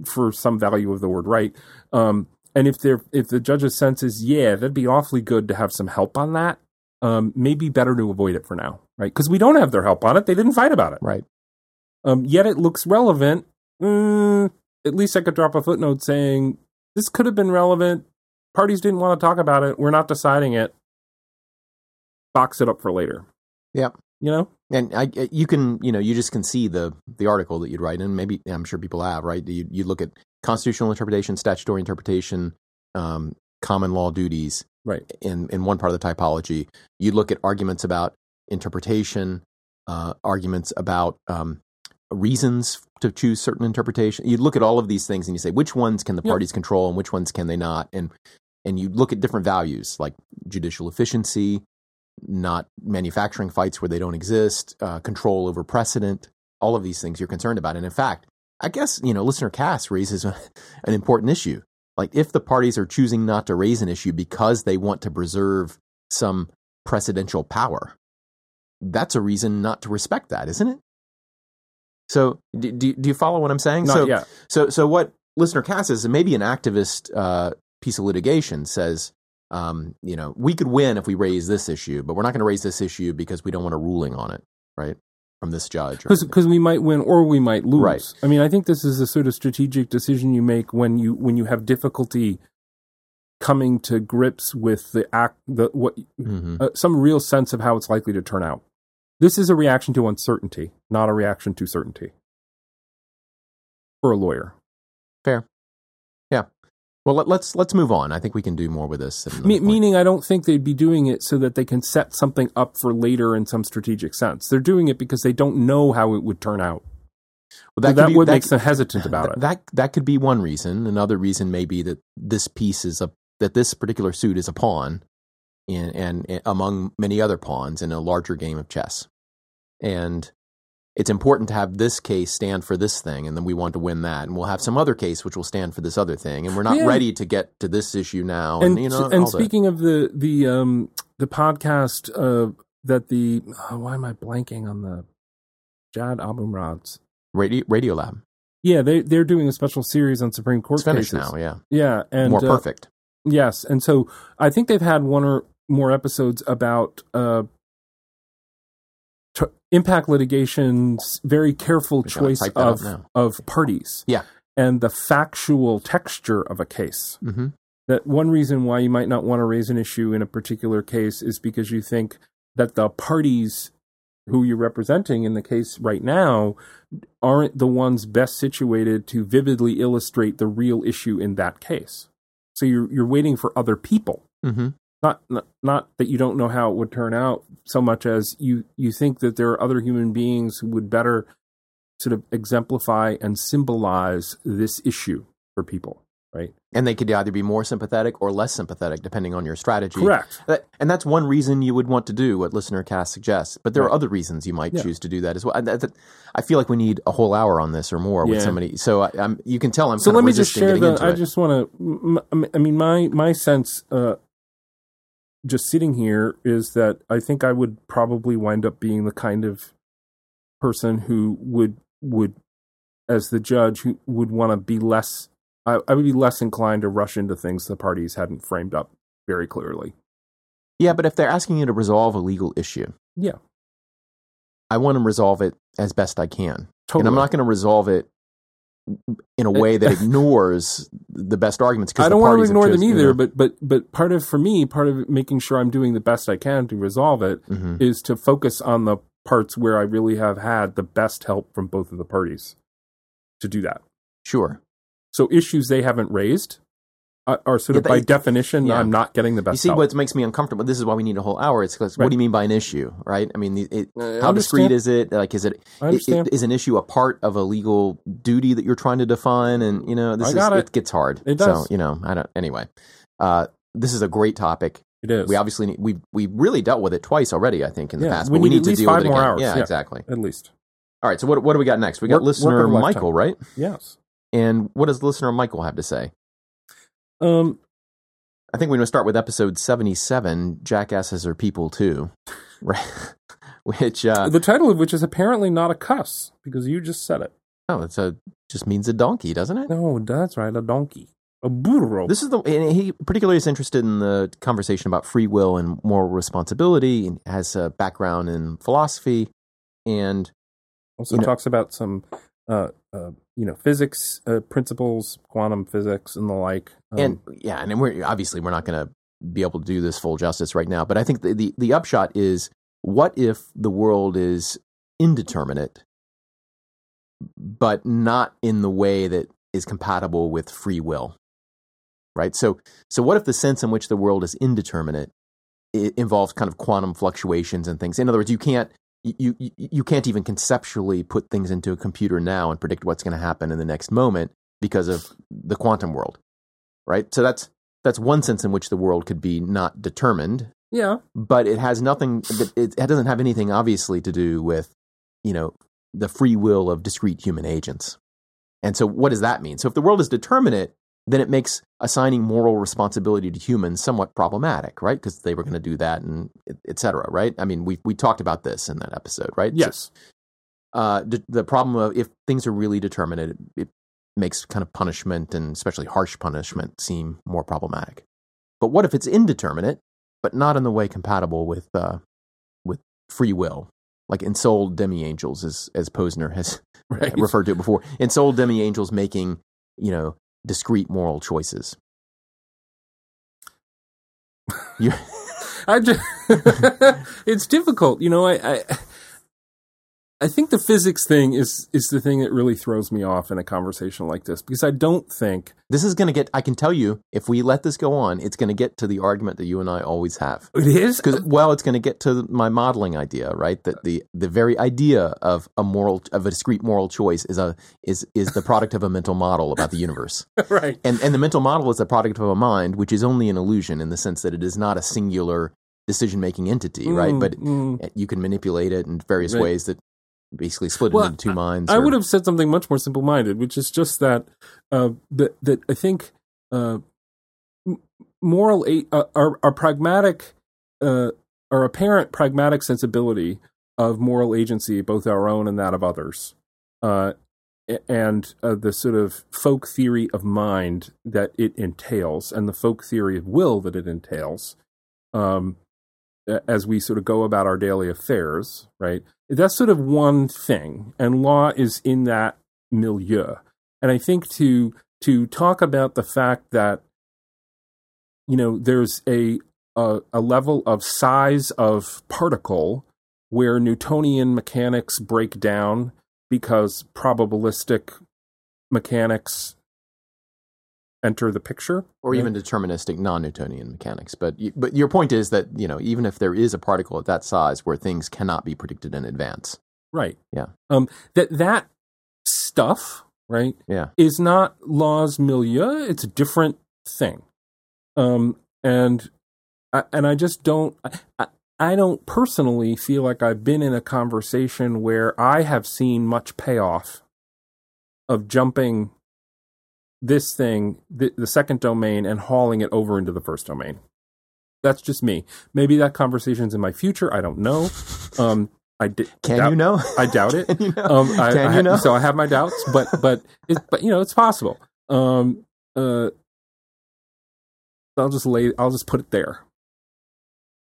Speaker 1: for some value of the word right? Um, and if there, if the judge's sense is yeah, that'd be awfully good to have some help on that. Um, maybe better to avoid it for now, right? Because we don't have their help on it. They didn't fight about it.
Speaker 2: Right.
Speaker 1: Um, yet it looks relevant. Mm, at least I could drop a footnote saying this could have been relevant. Parties didn't want to talk about it. We're not deciding it. Box it up for later.
Speaker 2: Yep.
Speaker 1: You know.
Speaker 2: And I, I- you can, you know, you just can see the the article that you'd write, and maybe I'm sure people have, right? You you look at constitutional interpretation, statutory interpretation, um, common law duties,
Speaker 1: Right.
Speaker 2: In in one part of the typology, you look at arguments about interpretation, uh, arguments about um, reasons to choose certain interpretation. You look at all of these things, and you say which ones can the
Speaker 1: Yeah.
Speaker 2: parties control, and which ones can they not, and and you look at different values like judicial efficiency, not manufacturing fights where they don't exist, uh, control over precedent, all of these things you're concerned about. And in fact, I guess, you know, listener Cass raises a, an important issue. Like if the parties are choosing not to raise an issue because they want to preserve some precedential power, that's a reason not to respect that, isn't it? So do, do, do you follow what I'm saying?
Speaker 1: Not
Speaker 2: so,
Speaker 1: yet.
Speaker 2: so, so what listener Cass is, and maybe an activist uh, piece of litigation says, um, you know, we could win if we raise this issue, but we're not going to raise this issue because we don't want a ruling on it, right, from this judge. or anything.
Speaker 1: because we might win or we might lose.
Speaker 2: Right.
Speaker 1: I mean, I think this is a sort of strategic decision you make when you when you have difficulty coming to grips with the act the what
Speaker 2: Mhm.
Speaker 1: uh, some real sense of how it's likely to turn out. This is a reaction to uncertainty, not a reaction to certainty. For a lawyer,
Speaker 2: Well, let, let's let's move on. I think we can do more with this. at another
Speaker 1: Me-
Speaker 2: point.
Speaker 1: meaning I don't think they'd be doing it so that they can set something up for later in some strategic sense. They're doing it because they don't know how it would turn out.
Speaker 2: Well,
Speaker 1: That,
Speaker 2: could be-
Speaker 1: would
Speaker 2: that
Speaker 1: make
Speaker 2: could-
Speaker 1: them hesitant about
Speaker 2: Th-
Speaker 1: it.
Speaker 2: That that could be one reason. Another reason may be that this piece is a that this particular suit is a pawn in, and, and among many other pawns in a larger game of chess. And it's important to have this case stand for this thing, and then we want to win that, and we'll have some other case which will stand for this other thing, and we're not
Speaker 1: Yeah.
Speaker 2: ready to get to this issue now. And,
Speaker 1: and
Speaker 2: you know,
Speaker 1: and
Speaker 2: all that.
Speaker 1: speaking of the the um the podcast uh that the oh, why am I blanking on the Jad Abumrad's
Speaker 2: Radio, Radio Lab,
Speaker 1: yeah they they're doing a special series on Supreme Court
Speaker 2: it's finished
Speaker 1: cases
Speaker 2: now. Yeah,
Speaker 1: yeah and
Speaker 2: more
Speaker 1: uh,
Speaker 2: perfect.
Speaker 1: yes and so I think they've had one or more episodes about uh t- impact litigation's very careful
Speaker 2: Which I'm gonna
Speaker 1: choice
Speaker 2: type that up
Speaker 1: of
Speaker 2: now.
Speaker 1: of parties
Speaker 2: Yeah.
Speaker 1: and the factual texture of a case
Speaker 2: hmm
Speaker 1: that one reason why you might not want to raise an issue in a particular case is because you think that the parties who you're representing in the case right now aren't the ones best situated to vividly illustrate the real issue in that case. So you're you're waiting for other people.
Speaker 2: hmm
Speaker 1: Not, not not that you don't know how it would turn out so much as you you think that there are other human beings who would better sort of exemplify and symbolize this issue for people, right?
Speaker 2: And they could either be more sympathetic or less sympathetic, depending on your strategy.
Speaker 1: Correct.
Speaker 2: That, and that's one reason you would want to do what listener cast suggests. But there are
Speaker 1: Right.
Speaker 2: other reasons you might
Speaker 1: Yeah.
Speaker 2: choose to do that as well. I, that, that- I feel like we need a whole hour on this or more with
Speaker 1: Yeah.
Speaker 2: somebody. So I, I'm, you can tell I'm.
Speaker 1: so
Speaker 2: kind
Speaker 1: let
Speaker 2: of
Speaker 1: me just
Speaker 2: resisting
Speaker 1: share
Speaker 2: getting
Speaker 1: the
Speaker 2: into
Speaker 1: i
Speaker 2: it.
Speaker 1: just want to i mean my my sense uh just sitting here is that i think i would probably wind up being the kind of person who would would as the judge who would want to be less I, I would be less inclined to rush into things the parties hadn't framed up very clearly
Speaker 2: Yeah, but if they're asking you to resolve a legal issue,
Speaker 1: Yeah.
Speaker 2: I want to resolve it as best I can,
Speaker 1: totally
Speaker 2: and I'm not going to resolve it in a way that ignores the best arguments. 'cause
Speaker 1: I
Speaker 2: the
Speaker 1: don't want to
Speaker 2: parties have
Speaker 1: ignore them
Speaker 2: chosen-
Speaker 1: either, but but but part of for me, part of making sure I'm doing the best I can to resolve it
Speaker 2: Mhm.
Speaker 1: is to focus on the parts where I really have had the best help from both of the parties to do that.
Speaker 2: Sure.
Speaker 1: So issues they haven't raised are, are sort
Speaker 2: Yeah,
Speaker 1: of
Speaker 2: but
Speaker 1: by
Speaker 2: it-
Speaker 1: definition,
Speaker 2: yeah.
Speaker 1: I'm not getting the
Speaker 2: You
Speaker 1: best.
Speaker 2: see,
Speaker 1: help.
Speaker 2: what makes me uncomfortable. This is why we need a whole hour. It's because what
Speaker 1: Right.
Speaker 2: do you mean by an issue, right? I mean, it,
Speaker 1: I
Speaker 2: how discreet
Speaker 1: understand.
Speaker 2: is it? Like, is it
Speaker 1: I
Speaker 2: i-
Speaker 1: understand.
Speaker 2: i- is an issue a part of a legal duty that you're trying to define? And you know, this
Speaker 1: I
Speaker 2: is
Speaker 1: got
Speaker 2: it.
Speaker 1: it.
Speaker 2: gets hard.
Speaker 1: It
Speaker 2: So
Speaker 1: does.
Speaker 2: you know, I don't. Anyway, uh, this is a great topic.
Speaker 1: It is
Speaker 2: We obviously need, we we really dealt with it twice already. I think in the
Speaker 1: Yeah,
Speaker 2: past,
Speaker 1: we
Speaker 2: but we
Speaker 1: need
Speaker 2: need
Speaker 1: at
Speaker 2: to
Speaker 1: least
Speaker 2: deal with
Speaker 1: five
Speaker 2: it
Speaker 1: more
Speaker 2: again.
Speaker 1: hours,
Speaker 2: Yeah,
Speaker 1: yeah.
Speaker 2: exactly.
Speaker 1: at least
Speaker 2: All right. So what what do we got next? We got
Speaker 1: Work- work
Speaker 2: listener
Speaker 1: of a lifetime.
Speaker 2: Michael, right?
Speaker 1: yes.
Speaker 2: And what does listener Michael have to say?
Speaker 1: Um,
Speaker 2: I think we're going to start with episode seventy-seven. Jackasses are people too, right? Which uh,
Speaker 1: the title of which is apparently not a cuss because you just said it.
Speaker 2: oh, it's a just means a donkey, doesn't it?
Speaker 1: No, that's right, a donkey, a burro.
Speaker 2: This is the and he particularly is interested in the conversation about free will and moral responsibility, and has a background in philosophy, and
Speaker 1: also
Speaker 2: you know-
Speaker 1: talks about some, uh, uh, you know, physics uh, principles, quantum physics, and the like. Um,
Speaker 2: and yeah, and we're obviously we're not going to be able to do this full justice right now, but I think the, the the upshot is what if the world is indeterminate, but not in the way that is compatible with free will, right? So so what if the sense in which the world is indeterminate i involves kind of quantum fluctuations and things? In other words, you can't. You, you you can't even conceptually put things into a computer now and predict what's going to happen in the next moment because of the quantum world right? So that's that's one sense in which the world could be not determined,
Speaker 1: yeah,
Speaker 2: but it has nothing. It, it doesn't have anything obviously to do with you know the free will of discrete human agents. And so, what does that mean? So, if the world is determinate, then it makes assigning moral responsibility to humans somewhat problematic, right? Because they were going to do that and et- et cetera, right? I mean, we we talked about this in that episode, right? So-
Speaker 1: yes.
Speaker 2: uh, d- the problem of if things are really determinate, it, it makes kind of punishment and especially harsh punishment seem more problematic. But what if it's indeterminate, but not in the way compatible with uh, with free will, like ensouled demi angels, as as Posner has
Speaker 1: Right.
Speaker 2: referred to it before, ensouled demi angels making you know discrete moral choices. You,
Speaker 1: I just, it's difficult, you know. I, I I think the physics thing is is the thing that really throws me off in a conversation like this because I don't think
Speaker 2: This is going to get, I can tell you, if we let this go on, it's going to get to the argument that you and I always have.
Speaker 1: it is
Speaker 2: Because, well, it's going to get to my modeling idea, right? That the, the very idea of a moral, of a discrete moral choice is a, is, is the product of a mental model about the universe.
Speaker 1: right.
Speaker 2: And, and the mental model is the product of a mind, which is only an illusion in the sense that it is not a singular decision making entity, right?
Speaker 1: Mm,
Speaker 2: But
Speaker 1: mm.
Speaker 2: you can manipulate it in various
Speaker 1: Right.
Speaker 2: ways that basically split
Speaker 1: Well,
Speaker 2: it into two minds.
Speaker 1: I
Speaker 2: or-
Speaker 1: would have said something much more simple minded, which is just that uh, that that I think uh, m- moral a- uh, our our pragmatic uh, our apparent pragmatic sensibility of moral agency, both our own and that of others, uh, a- and uh, the sort of folk theory of mind that it entails, and the folk theory of will that it entails. Um, a- as we sort of go about our daily affairs, right? that's sort of one thing and law is in that milieu and i think to to talk about the fact that you know there's a a, a level of size of particle where newtonian mechanics break down because probabilistic mechanics enter the picture
Speaker 2: or even deterministic non-Newtonian mechanics. But y- but your point is that you know even if there is a particle at that size where things cannot be predicted in advance,
Speaker 1: right
Speaker 2: Yeah.
Speaker 1: um that that stuff right
Speaker 2: yeah,
Speaker 1: is not laws milieu. It's a different thing, um, and I, and I just don't. I- I, I don't personally feel like I've been in a conversation where I have seen much payoff of jumping this thing, the, the second domain, and hauling it over into the first domain. That's just me. Maybe that conversation's in my future. I don't know. Um, I di-
Speaker 2: can
Speaker 1: doubt-
Speaker 2: you know?
Speaker 1: I doubt it.
Speaker 2: can you know?
Speaker 1: Um, I,
Speaker 2: Can
Speaker 1: I
Speaker 2: you
Speaker 1: ha-
Speaker 2: know?
Speaker 1: So I have my doubts, but but it, but you know it's possible. Um, uh, I'll just lay. I'll just put it there.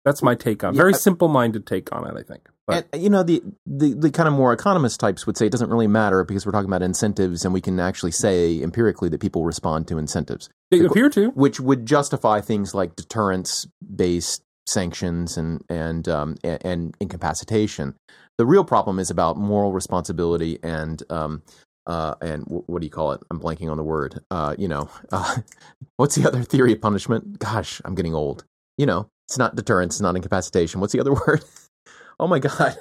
Speaker 1: That's my take on.
Speaker 2: Yeah,
Speaker 1: Very
Speaker 2: I-
Speaker 1: simple-minded take on it. I think. But
Speaker 2: and, uh, you know the, the the kind of more economist types would say it doesn't really matter because we're talking about incentives and we can actually say empirically that people respond to incentives,
Speaker 1: they
Speaker 2: the-
Speaker 1: appear to.
Speaker 2: which would justify things like deterrence based sanctions and and um, a- and incapacitation. The real problem is about moral responsibility and um, uh, and w- what do you call it? I'm blanking on the word. Uh, you know, uh, what's the other theory of punishment? Gosh, I'm getting old. You know, it's not deterrence, it's not incapacitation. What's the other word? oh my god!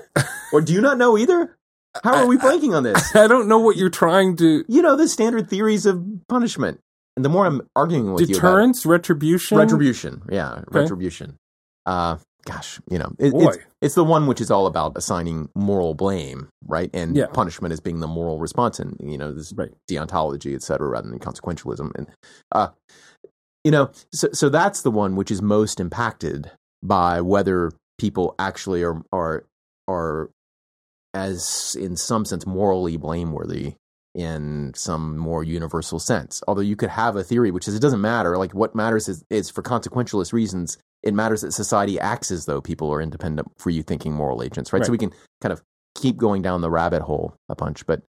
Speaker 2: or do you not know either? How are we blanking on this?
Speaker 1: I don't know what you're trying to.
Speaker 2: You know, the standard theories of punishment. And the more I'm arguing with you about it-
Speaker 1: Deterrence, retribution,
Speaker 2: retribution. Yeah, retribution. Uh, gosh, you know, it,
Speaker 1: Boy.
Speaker 2: it's it's the one which is all about assigning moral blame, right? And
Speaker 1: Yeah.
Speaker 2: punishment as being the moral response, and you know, this
Speaker 1: Right.
Speaker 2: deontology, et cetera, rather than consequentialism. And uh, you know, so so that's the one which is most impacted by whether people actually are are are as in some sense morally blameworthy in some more universal sense. Although you could have a theory which says it doesn't matter. Like what matters is, is for consequentialist reasons, it matters that society acts as though people are independent, free thinking moral agents, right? So
Speaker 1: Right.
Speaker 2: we can kind of keep going down the rabbit hole a bunch. But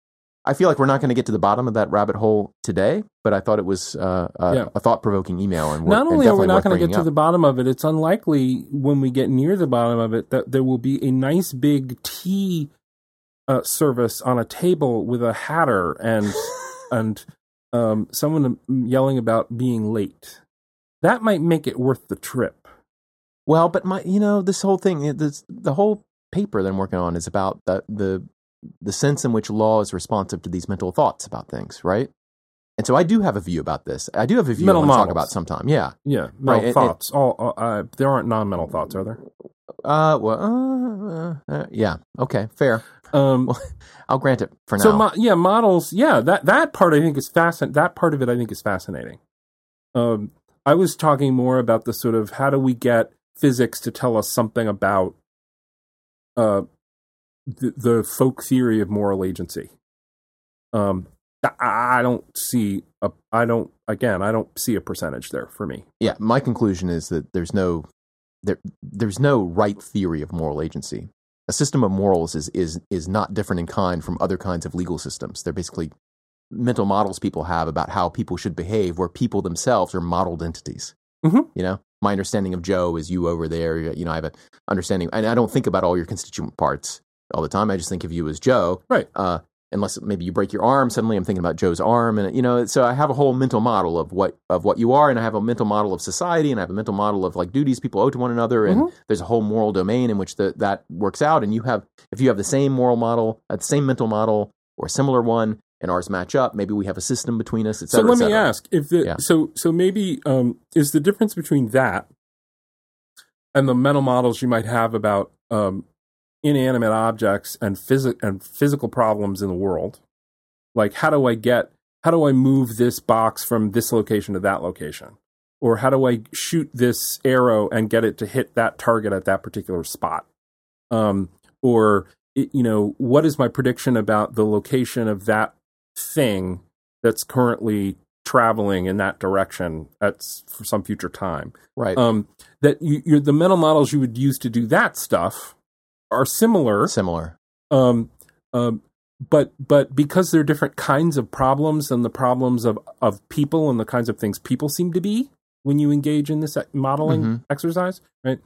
Speaker 2: I feel like we're not going to get to the bottom of that rabbit hole today. But I thought it was uh, a,
Speaker 1: Yeah.
Speaker 2: a thought provoking email, and
Speaker 1: Not
Speaker 2: wor-
Speaker 1: only
Speaker 2: and
Speaker 1: are we
Speaker 2: definitely
Speaker 1: not
Speaker 2: worth
Speaker 1: going to
Speaker 2: bringing
Speaker 1: get to
Speaker 2: up.
Speaker 1: the bottom of it, it's unlikely when we get near the bottom of it that there will be a nice big tea uh, service on a table with a hatter and and um, someone yelling about being late. That might make it worth the trip.
Speaker 2: Well, but my, you know, this whole thing, it- this, the whole paper that I'm working on is about the, the the sense in which law is responsive to these mental thoughts about things, right? And so I do have a view about this. I do have a view
Speaker 1: Mental
Speaker 2: I want to talk
Speaker 1: models.
Speaker 2: about sometime. Yeah.
Speaker 1: Yeah, mental
Speaker 2: Right, it-
Speaker 1: thoughts. all uh, uh, there aren't non-mental thoughts, are there?
Speaker 2: Uh, well, uh, uh, yeah. Okay. Fair.
Speaker 1: Um,
Speaker 2: I'll grant it for
Speaker 1: so
Speaker 2: now.
Speaker 1: mo- yeah, models. Yeah, that that part I think is fascinating. That part of it I think is fascinating. Um, I was talking more about the sort of how do we get physics to tell us something about uh, the, the folk theory of moral agency. Um, th- I I don't see a. I don't again. I don't see a percentage there for me.
Speaker 2: yeah. My conclusion is that there's no there there's no right theory of moral agency. A system of morals is is is not different in kind from other kinds of legal systems. They're basically mental models people have about how people should behave, where people themselves are modeled entities.
Speaker 1: Mhm.
Speaker 2: You know, my understanding of Joe is you over there. You know, I have an understanding, and I don't think about all your constituent parts all the time. I just think of you as Joe.
Speaker 1: Right.
Speaker 2: Uh, unless maybe you break your arm, suddenly I'm thinking about Joe's arm, and you know. So I have a whole mental model of what of what you are, and I have a mental model of society, and I have a mental model of like duties people owe to one another, and
Speaker 1: Mm-hmm.
Speaker 2: there's a whole moral domain in which the, that works out. And you have if you have the same moral model, uh, the same mental model, or a similar one, and ours match up. Maybe we have a system between us, etc.
Speaker 1: so let me ask if the
Speaker 2: Yeah.
Speaker 1: so so maybe um, is the difference between that and the mental models you might have about um, inanimate objects and phys- and physical problems in the world, like how do I get how do I move this box from this location to that location, or how do I shoot this arrow and get it to hit that target at that particular spot, um, or it- you know what is my prediction about the location of that thing that's currently traveling in that direction at s- for some future time.
Speaker 2: Right.
Speaker 1: Um, that you, you're, the mental models you would use to do that stuff are similar,
Speaker 2: similar.
Speaker 1: um, um, but but because they're different kinds of problems and the problems of of people and the kinds of things people seem to be when you engage in this uh, modeling
Speaker 2: Mhm.
Speaker 1: exercise, right?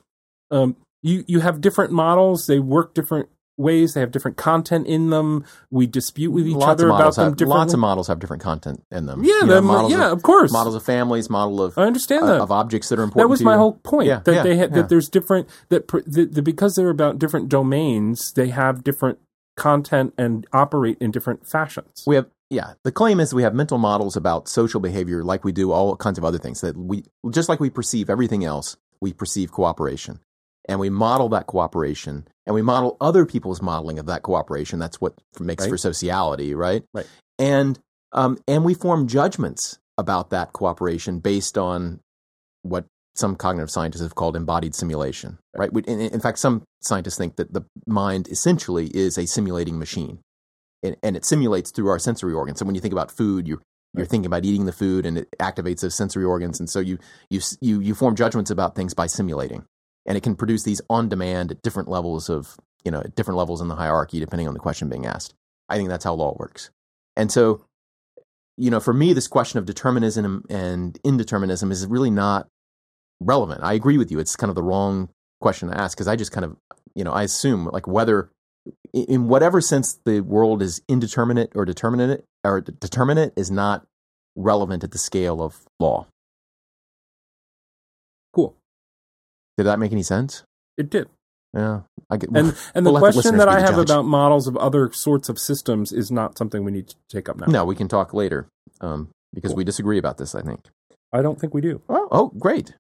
Speaker 1: Um, you you have different models; they work different ways. They have different content in them. We dispute with each
Speaker 2: lots
Speaker 1: other
Speaker 2: of
Speaker 1: about
Speaker 2: models
Speaker 1: them
Speaker 2: have, lots of
Speaker 1: differently.
Speaker 2: models have different content in them.
Speaker 1: yeah,
Speaker 2: You know,
Speaker 1: them-
Speaker 2: models
Speaker 1: yeah,
Speaker 2: of,
Speaker 1: of course.
Speaker 2: models of families, model of
Speaker 1: I understand
Speaker 2: uh,
Speaker 1: that.
Speaker 2: of objects that are important.
Speaker 1: That was
Speaker 2: to
Speaker 1: my
Speaker 2: you.
Speaker 1: whole point.
Speaker 2: Yeah,
Speaker 1: that
Speaker 2: yeah,
Speaker 1: they ha-
Speaker 2: yeah.
Speaker 1: that there's different that, pr- that, that because they're about different domains, they have different content and operate in different fashions.
Speaker 2: We have yeah. The claim is we have mental models about social behavior, like we do all kinds of other things. That we just like we perceive everything else, we perceive cooperation, and we model that cooperation, and we model other people's modeling of that cooperation. That's what makes for
Speaker 1: Right.
Speaker 2: sociality, right?
Speaker 1: Right.
Speaker 2: And um, and we form judgments about that cooperation based on what some cognitive scientists have called embodied simulation, right? We, in, in fact, some scientists think that the mind essentially is a simulating machine, and, and it simulates through our sensory organs. So when you think about food, you're you're
Speaker 1: Right.
Speaker 2: thinking about eating the food, and it activates those sensory organs, and so you you s- you you form judgments about things by simulating, and it can produce these on demand at different levels of you know at different levels in the hierarchy depending on the question being asked. I think that's how law works, and so you know, for me, this question of determinism and indeterminism is really not relevant. I agree with you. It's kind of the wrong question to ask because I just kind of, you know, I assume like whether, in- in whatever sense, the world is indeterminate or determinate or d- determinate is not relevant at the scale of law.
Speaker 1: Cool.
Speaker 2: Did that make any sense?
Speaker 1: It did.
Speaker 2: Yeah, I get.
Speaker 1: And and the
Speaker 2: We'll let the
Speaker 1: question
Speaker 2: listeners
Speaker 1: that
Speaker 2: be
Speaker 1: I
Speaker 2: the
Speaker 1: have
Speaker 2: judge.
Speaker 1: about models of other sorts of systems is not something we need to take up now.
Speaker 2: no, we can talk later um, because
Speaker 1: Cool.
Speaker 2: we disagree about this. I think.
Speaker 1: I don't think we do.
Speaker 2: Oh, oh, great.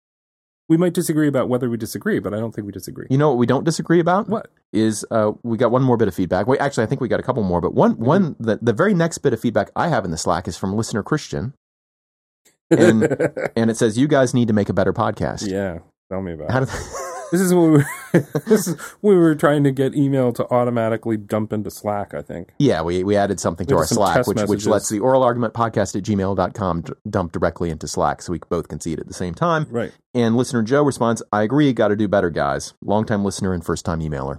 Speaker 1: We might disagree about whether we disagree, but I don't think we disagree.
Speaker 2: You know what we don't disagree about?
Speaker 1: What?
Speaker 2: is uh, we got one more bit of feedback. Wait, actually, I think we got a couple more, but
Speaker 1: Mm-hmm.
Speaker 2: one one the, the very next bit of feedback I have in the Slack is from listener Christian, and- and it says you guys need to make a better podcast.
Speaker 1: yeah, tell me about. it.
Speaker 2: How do
Speaker 1: This is when we were, this is when we were trying to get email to automatically dump into Slack. I think.
Speaker 2: yeah, we, we added something to
Speaker 1: We
Speaker 2: our
Speaker 1: did some
Speaker 2: Slack,
Speaker 1: test
Speaker 2: which, which
Speaker 1: messages.
Speaker 2: lets the oral argument podcast at gmail.com d- dump directly into Slack so we both can see it at the same time.
Speaker 1: Right.
Speaker 2: And listener Joe responds, I agree, got to do better, guys. Longtime listener and first time emailer.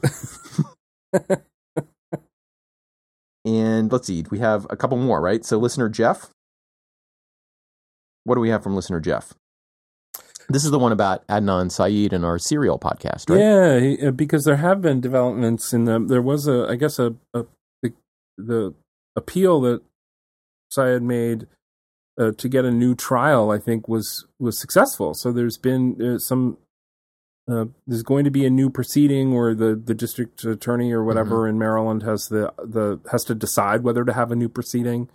Speaker 2: and let's see, we have a couple more, right? So, listener Jeff, what do we have from listener Jeff? This is the one about Adnan Saeed and our serial podcast, right?
Speaker 1: Yeah, he- uh, because there have been developments in them. There was a, I guess, a, a the, the appeal that Syed made uh, to get a new trial. I think was was successful. So there's been uh, some. Uh, there's going to be a new proceeding where the, the district attorney or whatever
Speaker 2: Mm-hmm.
Speaker 1: in Maryland has the the has to decide whether to have a new proceeding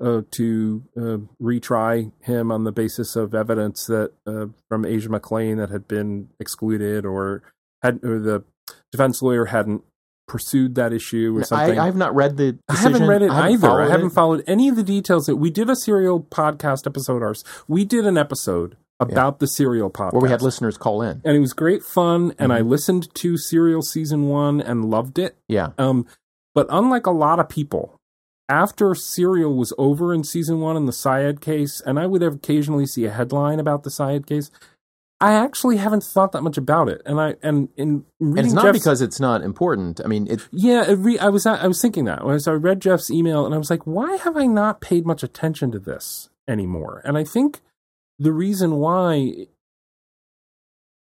Speaker 1: uh, to uh, retry him on the basis of evidence that uh, from Asia McLean that had been excluded or had or the defense lawyer hadn't pursued that issue or
Speaker 2: I,
Speaker 1: something.
Speaker 2: I have not read the.
Speaker 1: I haven't
Speaker 2: decision.
Speaker 1: read it
Speaker 2: I haven't
Speaker 1: either. I
Speaker 2: followed
Speaker 1: haven't
Speaker 2: it.
Speaker 1: followed any of the details that we did a serial podcast episode. Ours, we did an episode about the serial podcast
Speaker 2: Where we had Mm-hmm. listeners call in.
Speaker 1: and it was great fun. And I listened to Serial season one and loved it.
Speaker 2: Yeah.
Speaker 1: Um, but unlike a lot of people, after Serial was over in season one in the Syed case, and I would occasionally see a headline about the Syed case. I actually haven't thought that much about it, and I and in reading
Speaker 2: And it's not
Speaker 1: Jeff's-
Speaker 2: because it's not important. I mean, it,
Speaker 1: yeah, it re- I was I was thinking that when I, so I read Jeff's email and I was like, why have I not paid much attention to this anymore? And I think the reason why,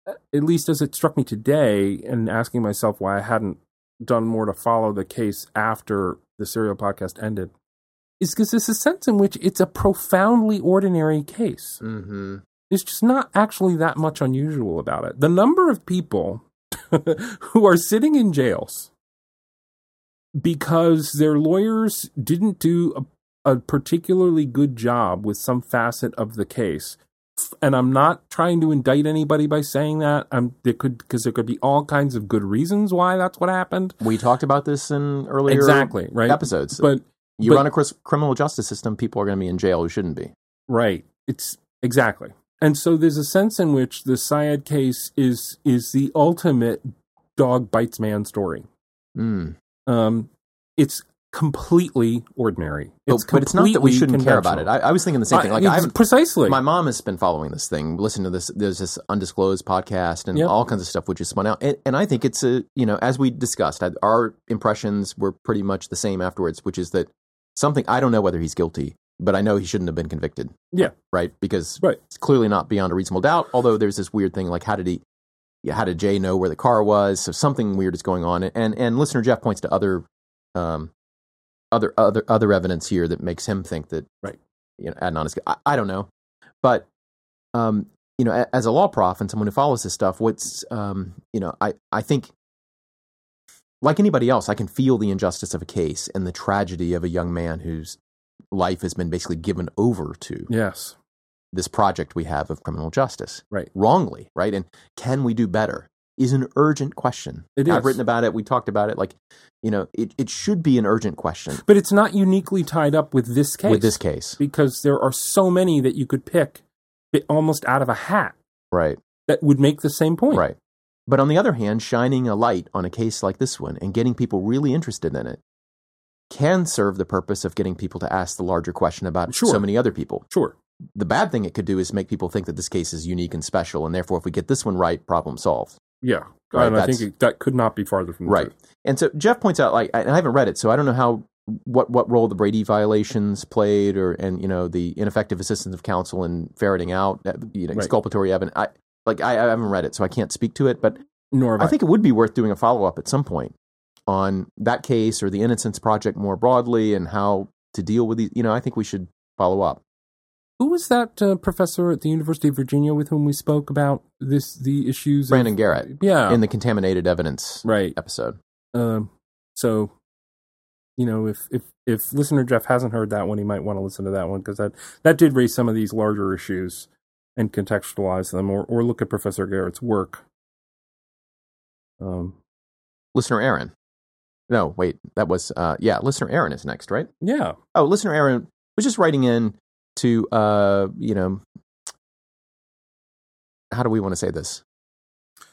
Speaker 1: uh, at least as it struck me today, and asking myself why I hadn't done more to follow the case after the serial podcast ended is because there's a sense in which it's a profoundly ordinary case.
Speaker 2: Mm-hmm.
Speaker 1: There's just not actually that much unusual about it. The number of people who are sitting in jails because their lawyers didn't do a, a particularly good job with some facet of the case. And I'm not trying to indict anybody by saying that. I'm there could because there could be all kinds of good reasons why that's what happened.
Speaker 2: We talked about this in earlier
Speaker 1: Exactly, right?
Speaker 2: episodes.
Speaker 1: But
Speaker 2: you
Speaker 1: but-
Speaker 2: run a cris- criminal justice system, people are going to be in jail who shouldn't be.
Speaker 1: Right. It's exactly. And so there's a sense in which the Syed case is is the ultimate dog bites man story.
Speaker 2: Mm.
Speaker 1: Um, it's completely ordinary.
Speaker 2: But, but it's not that we
Speaker 1: completely
Speaker 2: shouldn't care about it.
Speaker 1: conventional.
Speaker 2: I, I was thinking the same thing. Like
Speaker 1: it's
Speaker 2: I haven't
Speaker 1: precisely.
Speaker 2: My mom has been following this thing, listening to this. There's this undisclosed podcast and
Speaker 1: Yep.
Speaker 2: all kinds of stuff which is spun out. And, and I think it's a, you know, as we discussed, I, our impressions were pretty much the same afterwards, which is that something, I don't know whether he's guilty, but I know he shouldn't have been convicted.
Speaker 1: Yeah.
Speaker 2: Right. Because
Speaker 1: Right.
Speaker 2: it's clearly not beyond a reasonable doubt. Although there's this weird thing like, how did he, yeah, how did Jay know where the car was? So something weird is going on. And, and listener Jeff points to other, um, other, other, other evidence here that makes him think that,
Speaker 1: Right.
Speaker 2: you know, Adnan is, I, I don't know but um, you know, a- as a law prof and someone who follows this stuff, what's um, you know, I I think like anybody else, I can feel the injustice of a case and the tragedy of a young man whose life has been basically given over to
Speaker 1: yes.
Speaker 2: this project we have of criminal justice,
Speaker 1: Right.
Speaker 2: Wrongly, right? And can we do better? Is an urgent question.
Speaker 1: It
Speaker 2: I've
Speaker 1: is.
Speaker 2: written about it. We talked about it. Like, you know, it, it should be an urgent question
Speaker 1: But it's not uniquely tied up with this case.
Speaker 2: with this case,
Speaker 1: because there are so many that you could pick bi- almost out of a hat
Speaker 2: right?
Speaker 1: that would make the same point.
Speaker 2: Right. But on the other hand, shining a light on a case like this one and getting people really interested in it can serve the purpose of getting people to ask the larger question about
Speaker 1: Sure.
Speaker 2: so many other people.
Speaker 1: Sure.
Speaker 2: The bad thing it could do is make people think that this case is unique and special, and therefore, if we get this one right, problem solved.
Speaker 1: Yeah.
Speaker 2: Right,
Speaker 1: and I think
Speaker 2: that's-
Speaker 1: it, that could not be farther from the
Speaker 2: Right.
Speaker 1: truth.
Speaker 2: And so Jeff points out, like, and I haven't read it, so I don't know how what what role the Brady violations played, or and you know the ineffective assistance of counsel in ferreting out uh, you know
Speaker 1: Right.
Speaker 2: exculpatory evidence. I like I, I haven't read it, so I can't speak to it, but
Speaker 1: Nor have
Speaker 2: I think it would be worth doing a follow up at some point on that case or the Innocence Project more broadly and how to deal with these. You know, I think we should follow up.
Speaker 1: Who was that uh, professor at the University of Virginia with whom we spoke about this the issues? of-
Speaker 2: Brandon Garrett
Speaker 1: yeah,
Speaker 2: in the contaminated evidence
Speaker 1: right.
Speaker 2: episode.
Speaker 1: Um, so, you know, if if if listener Jeff hasn't heard that one, he might want to listen to that one because that that did raise some of these larger issues and contextualize them, or or look at Professor Garrett's work. Um,
Speaker 2: Listener Aaron. No, wait, that was uh, yeah. Listener Aaron is next, right?
Speaker 1: yeah,
Speaker 2: Oh, listener Aaron was just writing in to uh, you know, how do we want to say this?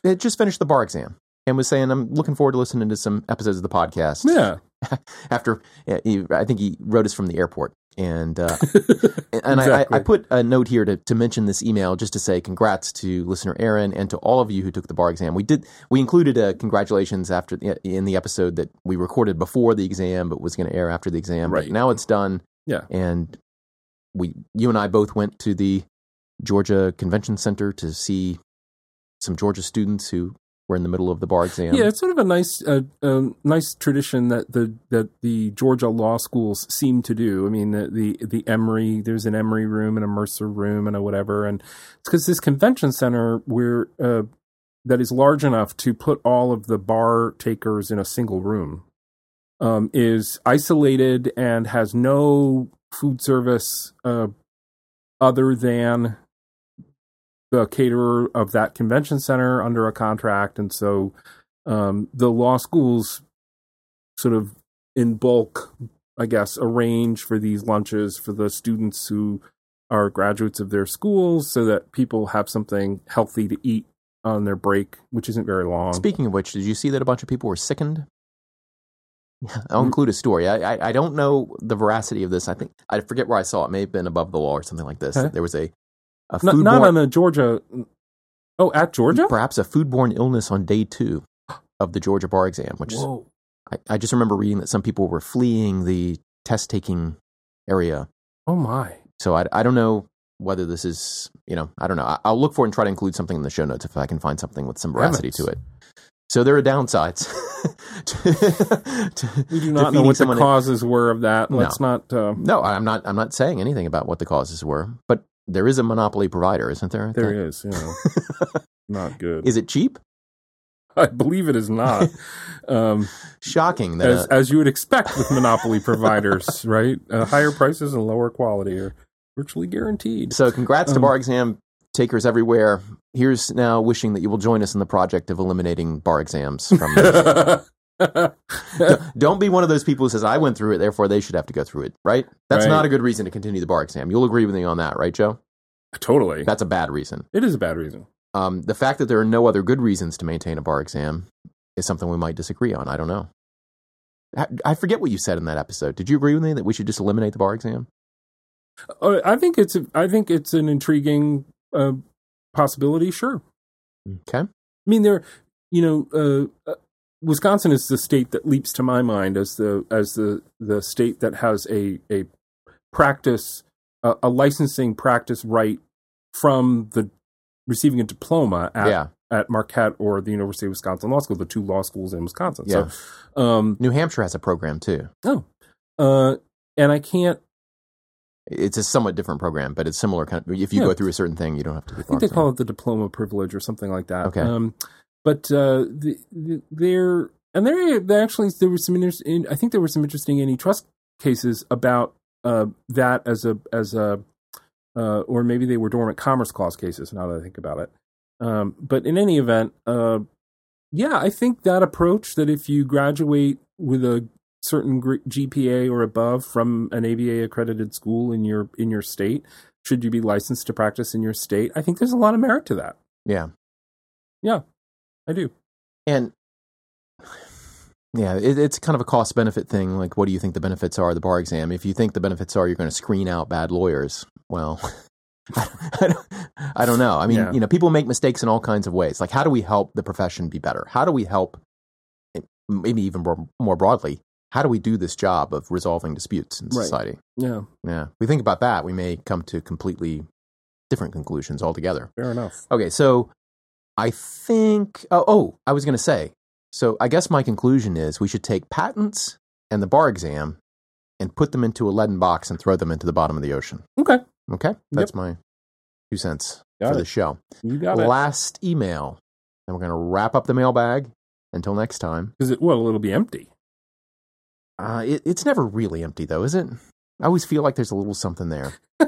Speaker 2: It just finished the bar exam and was saying I'm looking forward to listening to some episodes of the podcast.
Speaker 1: yeah,
Speaker 2: after yeah, he, I think he wrote us from the airport. And uh, and I,
Speaker 1: Exactly.
Speaker 2: I, I put a note here to, to mention this email just to say congrats to listener Aaron and to all of you who took the bar exam. We did we included a congratulations after in the episode that we recorded before the exam but was going to air after the exam.
Speaker 1: Right.
Speaker 2: But now it's done.
Speaker 1: Yeah.
Speaker 2: And we you and I both went to the Georgia Convention Center to see some Georgia students who were in the middle of the bar exam.
Speaker 1: yeah. It's sort of a nice uh, um, nice tradition that the that the Georgia law schools seem to do. I mean, the the the Emory there's an Emory room and a Mercer room and a whatever, and it's because this convention center where uh, that is large enough to put all of the bar takers in a single room um, is isolated and has no food service uh, other than the caterer of that convention center under a contract, and so um, the law schools sort of in bulk, I guess, arrange for these lunches for the students who are graduates of their schools so that people have something healthy to eat on their break, which isn't very long.
Speaker 2: Speaking of which, did you see that a bunch of people were sickened? Yeah, I'll include a story. I, I, I don't know the veracity of this. I think I forget where I saw it. It May have been above the law or something like this.
Speaker 1: Okay.
Speaker 2: There was a a
Speaker 1: not
Speaker 2: foodborne,
Speaker 1: not on a Georgia. Oh, at Georgia?
Speaker 2: perhaps a foodborne illness on day two of the Georgia bar exam. Which is,
Speaker 1: Whoa.
Speaker 2: I, I just remember reading that some people were fleeing the test taking area.
Speaker 1: Oh, my.
Speaker 2: So I, I don't know whether this is you know I don't know. I, I'll look for it and try to include something in the show notes if I can find something with some veracity
Speaker 1: Heavens.
Speaker 2: to it. So there are downsides. to- to
Speaker 1: We do
Speaker 2: defeating
Speaker 1: not know what the
Speaker 2: someone in-
Speaker 1: causes were of that.
Speaker 2: No.
Speaker 1: Let's not. Uh,
Speaker 2: No, I'm not. I'm not saying anything about what the causes were, but there is a monopoly provider, isn't there?
Speaker 1: there it is. You know, not good.
Speaker 2: Is it cheap?
Speaker 1: I believe it is not. Um,
Speaker 2: Shocking that uh,
Speaker 1: as
Speaker 2: a-
Speaker 1: as you would expect with monopoly providers, right? Uh, higher prices and lower quality are virtually guaranteed.
Speaker 2: So, congrats to
Speaker 1: Um,
Speaker 2: bar exam takers everywhere. Here's now wishing that you will join us in the project of eliminating bar exams from. the Don't- Don't be one of those people who says I went through it, therefore they should have to go through it. Right? That's
Speaker 1: Right.
Speaker 2: not a good reason to continue the bar exam. You'll agree with me on that, right, Joe?
Speaker 1: totally,
Speaker 2: That's a bad reason.
Speaker 1: it is a bad reason.
Speaker 2: Um, the fact that there are no other good reasons to maintain a bar exam is something we might disagree on. I don't know. I, I forget what you said in that episode. Did you agree with me that we should just eliminate the bar exam?
Speaker 1: Uh, I think it's a, I think it's an intriguing uh, possibility. Sure, Mm.
Speaker 2: Okay.
Speaker 1: I mean there, you know, uh, uh, Wisconsin is the state that leaps to my mind as the as the the state that has a a practice a, a licensing practice right from the receiving a diploma at
Speaker 2: yeah.
Speaker 1: at Marquette or the University of Wisconsin Law School, the two law schools in Wisconsin.
Speaker 2: Yeah.
Speaker 1: So, um,
Speaker 2: New Hampshire has a program too.
Speaker 1: uh, and I can't.
Speaker 2: It's a somewhat different program, but it's similar kind of. If you
Speaker 1: Yeah.
Speaker 2: go through a certain thing, you don't have to. Do
Speaker 1: I think they call it the diploma privilege or something like that.
Speaker 2: Okay.
Speaker 1: Um, but uh, the, the, there and there, there actually there were some inter- in, I think there were some interesting antitrust cases about uh, that as a as a uh, or maybe they were dormant commerce clause cases. Now that I think about it, um, but in any event, uh, yeah, I think that approach that if you graduate with a certain gr- GPA or above from an ABA accredited school in your in your state, should you be licensed to practice in your state? I think there's a lot of merit to that.
Speaker 2: Yeah.
Speaker 1: I do.
Speaker 2: And yeah, it, it's kind of a cost benefit thing. Like, what do you think the benefits are of the bar exam? If you think the benefits are you're going to screen out bad lawyers, well, I don't, I don't know. I mean,
Speaker 1: Yeah.
Speaker 2: you know, people make mistakes in all kinds of ways. Like, how do we help the profession be better? How do we help, maybe even more, more broadly, how do we do this job of resolving disputes in
Speaker 1: Right.
Speaker 2: society?
Speaker 1: Yeah,
Speaker 2: Yeah. We think about that, we may come to completely different conclusions altogether.
Speaker 1: fair enough.
Speaker 2: Okay, so I think. Oh, oh I was going to say. So I guess my conclusion is we should take patents and the bar exam and put them into a leaden box and throw them into the bottom of the ocean.
Speaker 1: Okay,
Speaker 2: Okay, that's my two cents
Speaker 1: Got
Speaker 2: for
Speaker 1: it.
Speaker 2: the show.
Speaker 1: you got it.
Speaker 2: Last email, and we're going to wrap up the mailbag. Until next time,
Speaker 1: Because it well, it'll be empty.
Speaker 2: uh, it, it's never really empty, though, is it? I always feel like there's a little something there. I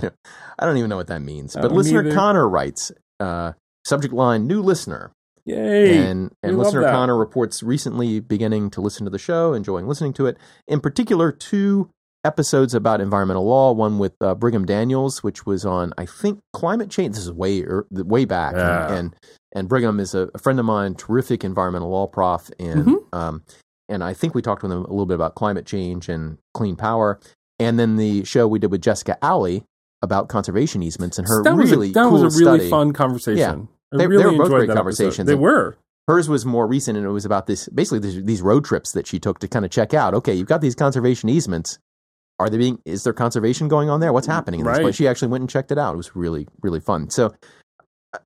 Speaker 2: don't, I don't even know what that means.
Speaker 1: I
Speaker 2: But
Speaker 1: don't
Speaker 2: listener
Speaker 1: either.
Speaker 2: Connor writes, uh, subject line, new listener.
Speaker 1: Yay!
Speaker 2: and
Speaker 1: we
Speaker 2: and
Speaker 1: love
Speaker 2: listener
Speaker 1: that.
Speaker 2: Connor reports recently beginning to listen to the show, enjoying listening to it. In particular, two episodes about environmental law. One with uh, Brigham Daniels, which was on I think climate change. This is way er, way back,
Speaker 1: Yeah.
Speaker 2: and, and and Brigham is a, a friend of mine, terrific environmental law prof, and
Speaker 1: Mhm.
Speaker 2: um, and I think we talked with him a little bit about climate change and clean power, and then the show we did with Jessica Alley about conservation easements and her
Speaker 1: that was
Speaker 2: really
Speaker 1: a, that
Speaker 2: cool
Speaker 1: was a really
Speaker 2: study.
Speaker 1: fun conversation. I
Speaker 2: They- they
Speaker 1: really
Speaker 2: were both
Speaker 1: enjoyed
Speaker 2: great
Speaker 1: that episode.
Speaker 2: conversations.
Speaker 1: They were.
Speaker 2: Hers was more recent, and it was about this basically these, these road trips that she took to kind of check out. Okay, you've got these conservation easements. Are they being? Is there conservation going on there? What's happening? In this
Speaker 1: Right.
Speaker 2: place? She actually went and checked it out. It was really really fun. So.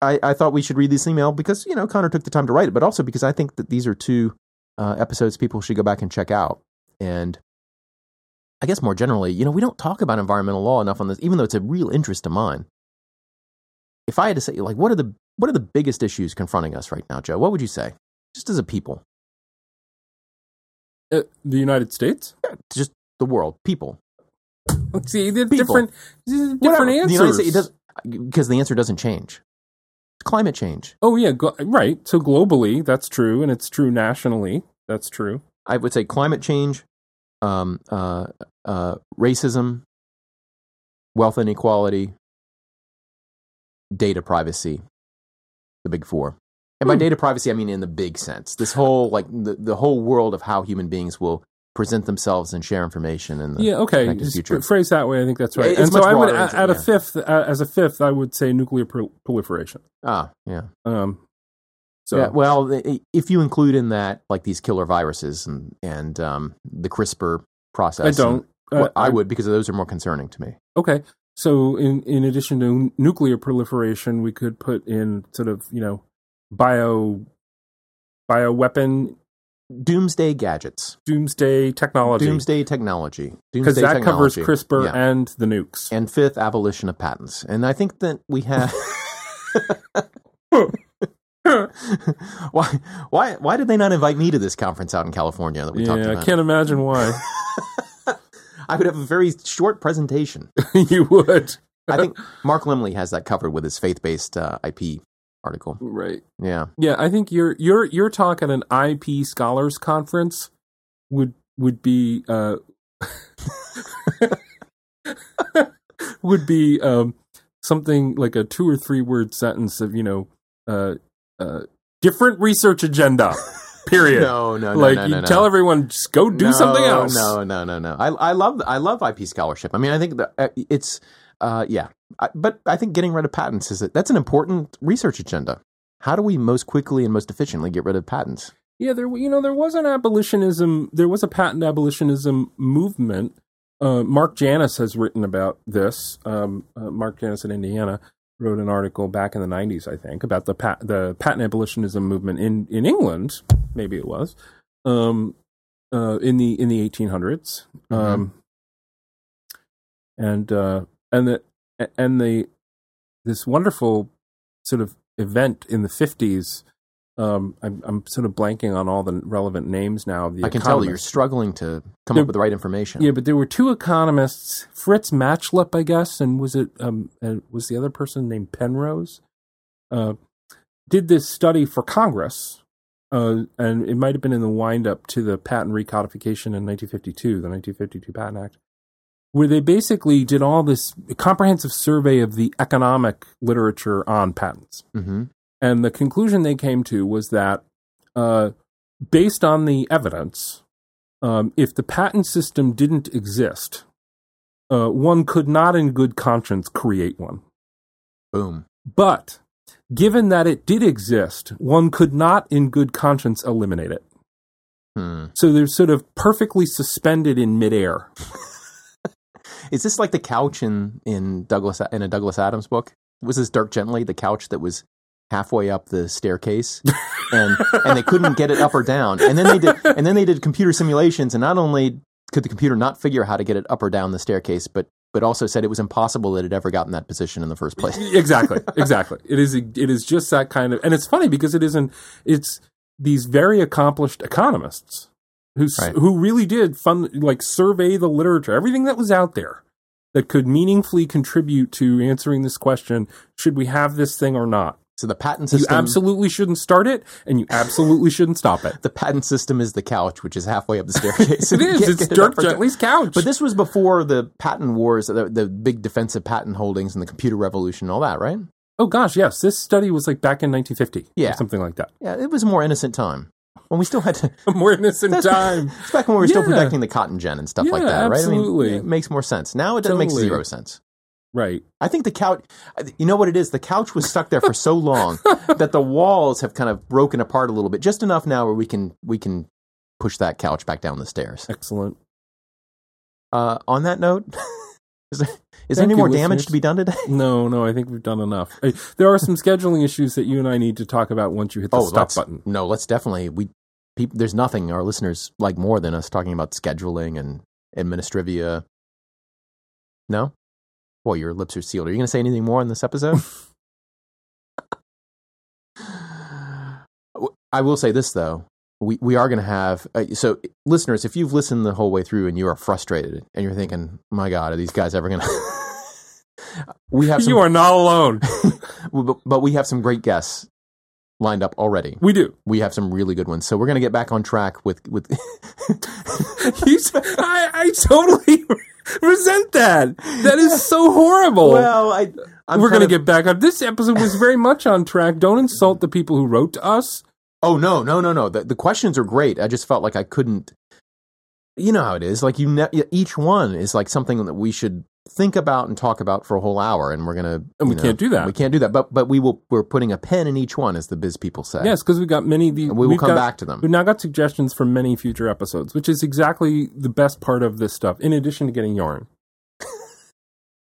Speaker 2: I, I thought we should read this email because you know Connor took the time to write it, but also because I think that these are two uh, episodes people should go back and check out. And I guess more generally, you know, we don't talk about environmental law enough on this, even though it's a real interest of mine. If I had to say, like, what are the what are the biggest issues confronting us right now, Joe? What would you say, just as a people,
Speaker 1: Uh, the United States.
Speaker 2: just the world, people?
Speaker 1: Let's see. They're
Speaker 2: People.
Speaker 1: different. Different
Speaker 2: Whatever. The United
Speaker 1: answers.
Speaker 2: States- it doesn't- because the answer doesn't change. It's climate change.
Speaker 1: oh yeah, glo- right. So globally, that's true, and it's true nationally. That's true.
Speaker 2: I would say climate change, um, uh, uh, racism, wealth inequality, data privacy, the big four. And by
Speaker 1: Hmm.
Speaker 2: data privacy, I mean in the big sense. This whole like the, the whole world of how human beings will present themselves and share information. And the,
Speaker 1: yeah okay
Speaker 2: connected
Speaker 1: Just
Speaker 2: future.
Speaker 1: phrase that way i think that's right
Speaker 2: It's
Speaker 1: and so
Speaker 2: much
Speaker 1: i would
Speaker 2: broader,
Speaker 1: add,
Speaker 2: isn't it?
Speaker 1: add a
Speaker 2: Yeah.
Speaker 1: fifth uh, as a fifth i would say nuclear pro- proliferation
Speaker 2: ah, yeah.
Speaker 1: um so
Speaker 2: yeah, well, i- if you include in that like these killer viruses and and um, the CRISPR process,
Speaker 1: i don't
Speaker 2: and- well,
Speaker 1: uh,
Speaker 2: I would because those are more concerning to me.
Speaker 1: okay So, in in addition to n- nuclear proliferation, we could put in sort of you know bio bio weapon
Speaker 2: Doomsday gadgets,
Speaker 1: doomsday technology
Speaker 2: doomsday technology,
Speaker 1: Oh, because
Speaker 2: doomsday
Speaker 1: that covers
Speaker 2: technology.
Speaker 1: CRISPR
Speaker 2: Yeah.
Speaker 1: and the nukes.
Speaker 2: and fifth, abolition of patents. And I think that we have. why, why, why did they not invite me to this conference out in California that we talked
Speaker 1: yeah, I
Speaker 2: about? Mm.
Speaker 1: can't imagine why
Speaker 2: I would have a very short presentation.
Speaker 1: you would.
Speaker 2: I think Mark Limley has that covered with his faith-based uh, IP article.
Speaker 1: Right.
Speaker 2: Yeah,
Speaker 1: Yeah, I think your your your talk at an IP scholars conference would would be uh, would be um, something like a two or three word sentence of you know uh, uh, different research agenda. Period.
Speaker 2: No, no, no,
Speaker 1: like
Speaker 2: no,
Speaker 1: you
Speaker 2: no, no.
Speaker 1: tell everyone, just go do
Speaker 2: No,
Speaker 1: something else.
Speaker 2: No, no, no, no. I, I love I love IP scholarship. I mean, I think that uh, it's uh, yeah, I, but I think getting rid of patents is that's an important research agenda. How do we most quickly and most efficiently get rid of patents?
Speaker 1: Yeah, there you know there was an abolitionism, there was a patent abolitionism movement. Uh, Mark Janis has written about this. Um, uh, Mark Janis in Indiana wrote an article back in the '90s, I think, about the pat- the patent abolitionism movement in in England. Maybe it was um, uh, in the in the 1800s, um, and uh, and the and the this wonderful sort of event in the 50s um, I'm, I'm sort of blanking on all the relevant names now. Of the
Speaker 2: I can tell that you're
Speaker 1: economists.
Speaker 2: struggling to come
Speaker 1: Yeah.
Speaker 2: up with the right information.
Speaker 1: Yeah, but there were two economists, Fritz Matchlip, I guess, and was it um, and was the other person named Penrose? Uh, did this study for Congress, uh, and it might have been in the windup to the patent recodification in 1952, the 1952 Patent Act, where they basically did all this comprehensive survey of the economic literature on patents.
Speaker 2: hmm
Speaker 1: And the conclusion they came to was that, uh, based on the evidence, um, if the patent system didn't exist, uh, one could not, in good conscience, create one.
Speaker 2: Boom.
Speaker 1: But given that it did exist, one could not, in good conscience, eliminate it.
Speaker 2: Hmm.
Speaker 1: So they're sort of perfectly suspended in midair.
Speaker 2: Is this like the couch in in Douglas in a Douglas Adams book? Was this Dirk Gently the couch that was halfway up the staircase, and and they couldn't get it up or down? And then they did and then they did computer simulations, and not only could the computer not figure how to get it up or down the staircase, but but also said it was impossible that it had ever gotten that position in the first place.
Speaker 1: exactly exactly it is it is just that kind of and it's funny because it isn't it's these very accomplished economists who s
Speaker 2: Right.
Speaker 1: who really did fun like survey the literature everything that was out there that could meaningfully contribute to answering this question should we have this thing or not
Speaker 2: So the patent
Speaker 1: you
Speaker 2: system,
Speaker 1: absolutely shouldn't start it and you absolutely shouldn't stop it
Speaker 2: the patent system is the couch, which is halfway up the staircase.
Speaker 1: it
Speaker 2: and you
Speaker 1: is
Speaker 2: can't
Speaker 1: it's
Speaker 2: get it
Speaker 1: dirk
Speaker 2: up or down.
Speaker 1: gently's couch
Speaker 2: But this was before the patent wars, the, the big defensive patent holdings, and the computer revolution, and all that, right?
Speaker 1: oh gosh yes this study was like back in 1950
Speaker 2: Yeah.
Speaker 1: or something like that
Speaker 2: Yeah, it was a more innocent time when we still had to.
Speaker 1: more innocent time
Speaker 2: It's back when we were still
Speaker 1: Yeah.
Speaker 2: protecting the cotton gin and stuff like
Speaker 1: Yeah,
Speaker 2: that, right? I
Speaker 1: absolutely.
Speaker 2: mean, it makes more sense. Now it doesn't make
Speaker 1: Totally.
Speaker 2: zero sense.
Speaker 1: right
Speaker 2: I think the couch, you know what it is? The couch was stuck there for so long that the walls have kind of broken apart a little bit, just enough now where we can we can push that couch back down the stairs.
Speaker 1: excellent
Speaker 2: Uh, on that note, is there, is there
Speaker 1: Thank
Speaker 2: any
Speaker 1: you,
Speaker 2: more damage
Speaker 1: listeners.
Speaker 2: to be done today?
Speaker 1: No, no, I think we've done enough. Uh, There are some scheduling issues that you and I need to talk about once you hit the stop
Speaker 2: let's-
Speaker 1: button.
Speaker 2: Oh, No, let's definitely we. People, there's nothing our listeners like more than us talking about scheduling and administrivia. No, well, your lips are sealed. Are you going to say anything more on this episode? W- I will say this though. We, we are going to have uh, so listeners if you've listened the whole way through and you are frustrated and you're thinking my god are these guys ever going to we have some,
Speaker 1: You are not alone.
Speaker 2: but, but we have some great guests lined up already
Speaker 1: We do.
Speaker 2: we have some really good ones. So we're going to get back on track with with
Speaker 1: You s- I, I totally resent that. That is so horrible.
Speaker 2: I I'm
Speaker 1: We're
Speaker 2: kind
Speaker 1: going to
Speaker 2: of-
Speaker 1: get back up. This episode was very much on track. Don't insult the people who wrote to us.
Speaker 2: Oh no, no, no, no. The the questions are great. I just felt like I couldn't you know how it is. Like you ne- each one is like something that we should think about and talk about for a whole hour and we're going to
Speaker 1: And we can't do that.
Speaker 2: We can't do that. But but we will we're putting a pen in each one as the biz people say.
Speaker 1: Yes, because we got many of the.
Speaker 2: And we will
Speaker 1: we've
Speaker 2: come
Speaker 1: got-
Speaker 2: back to them.
Speaker 1: We've now got suggestions for many future episodes, which is exactly the best part of this stuff, in addition to getting yarn.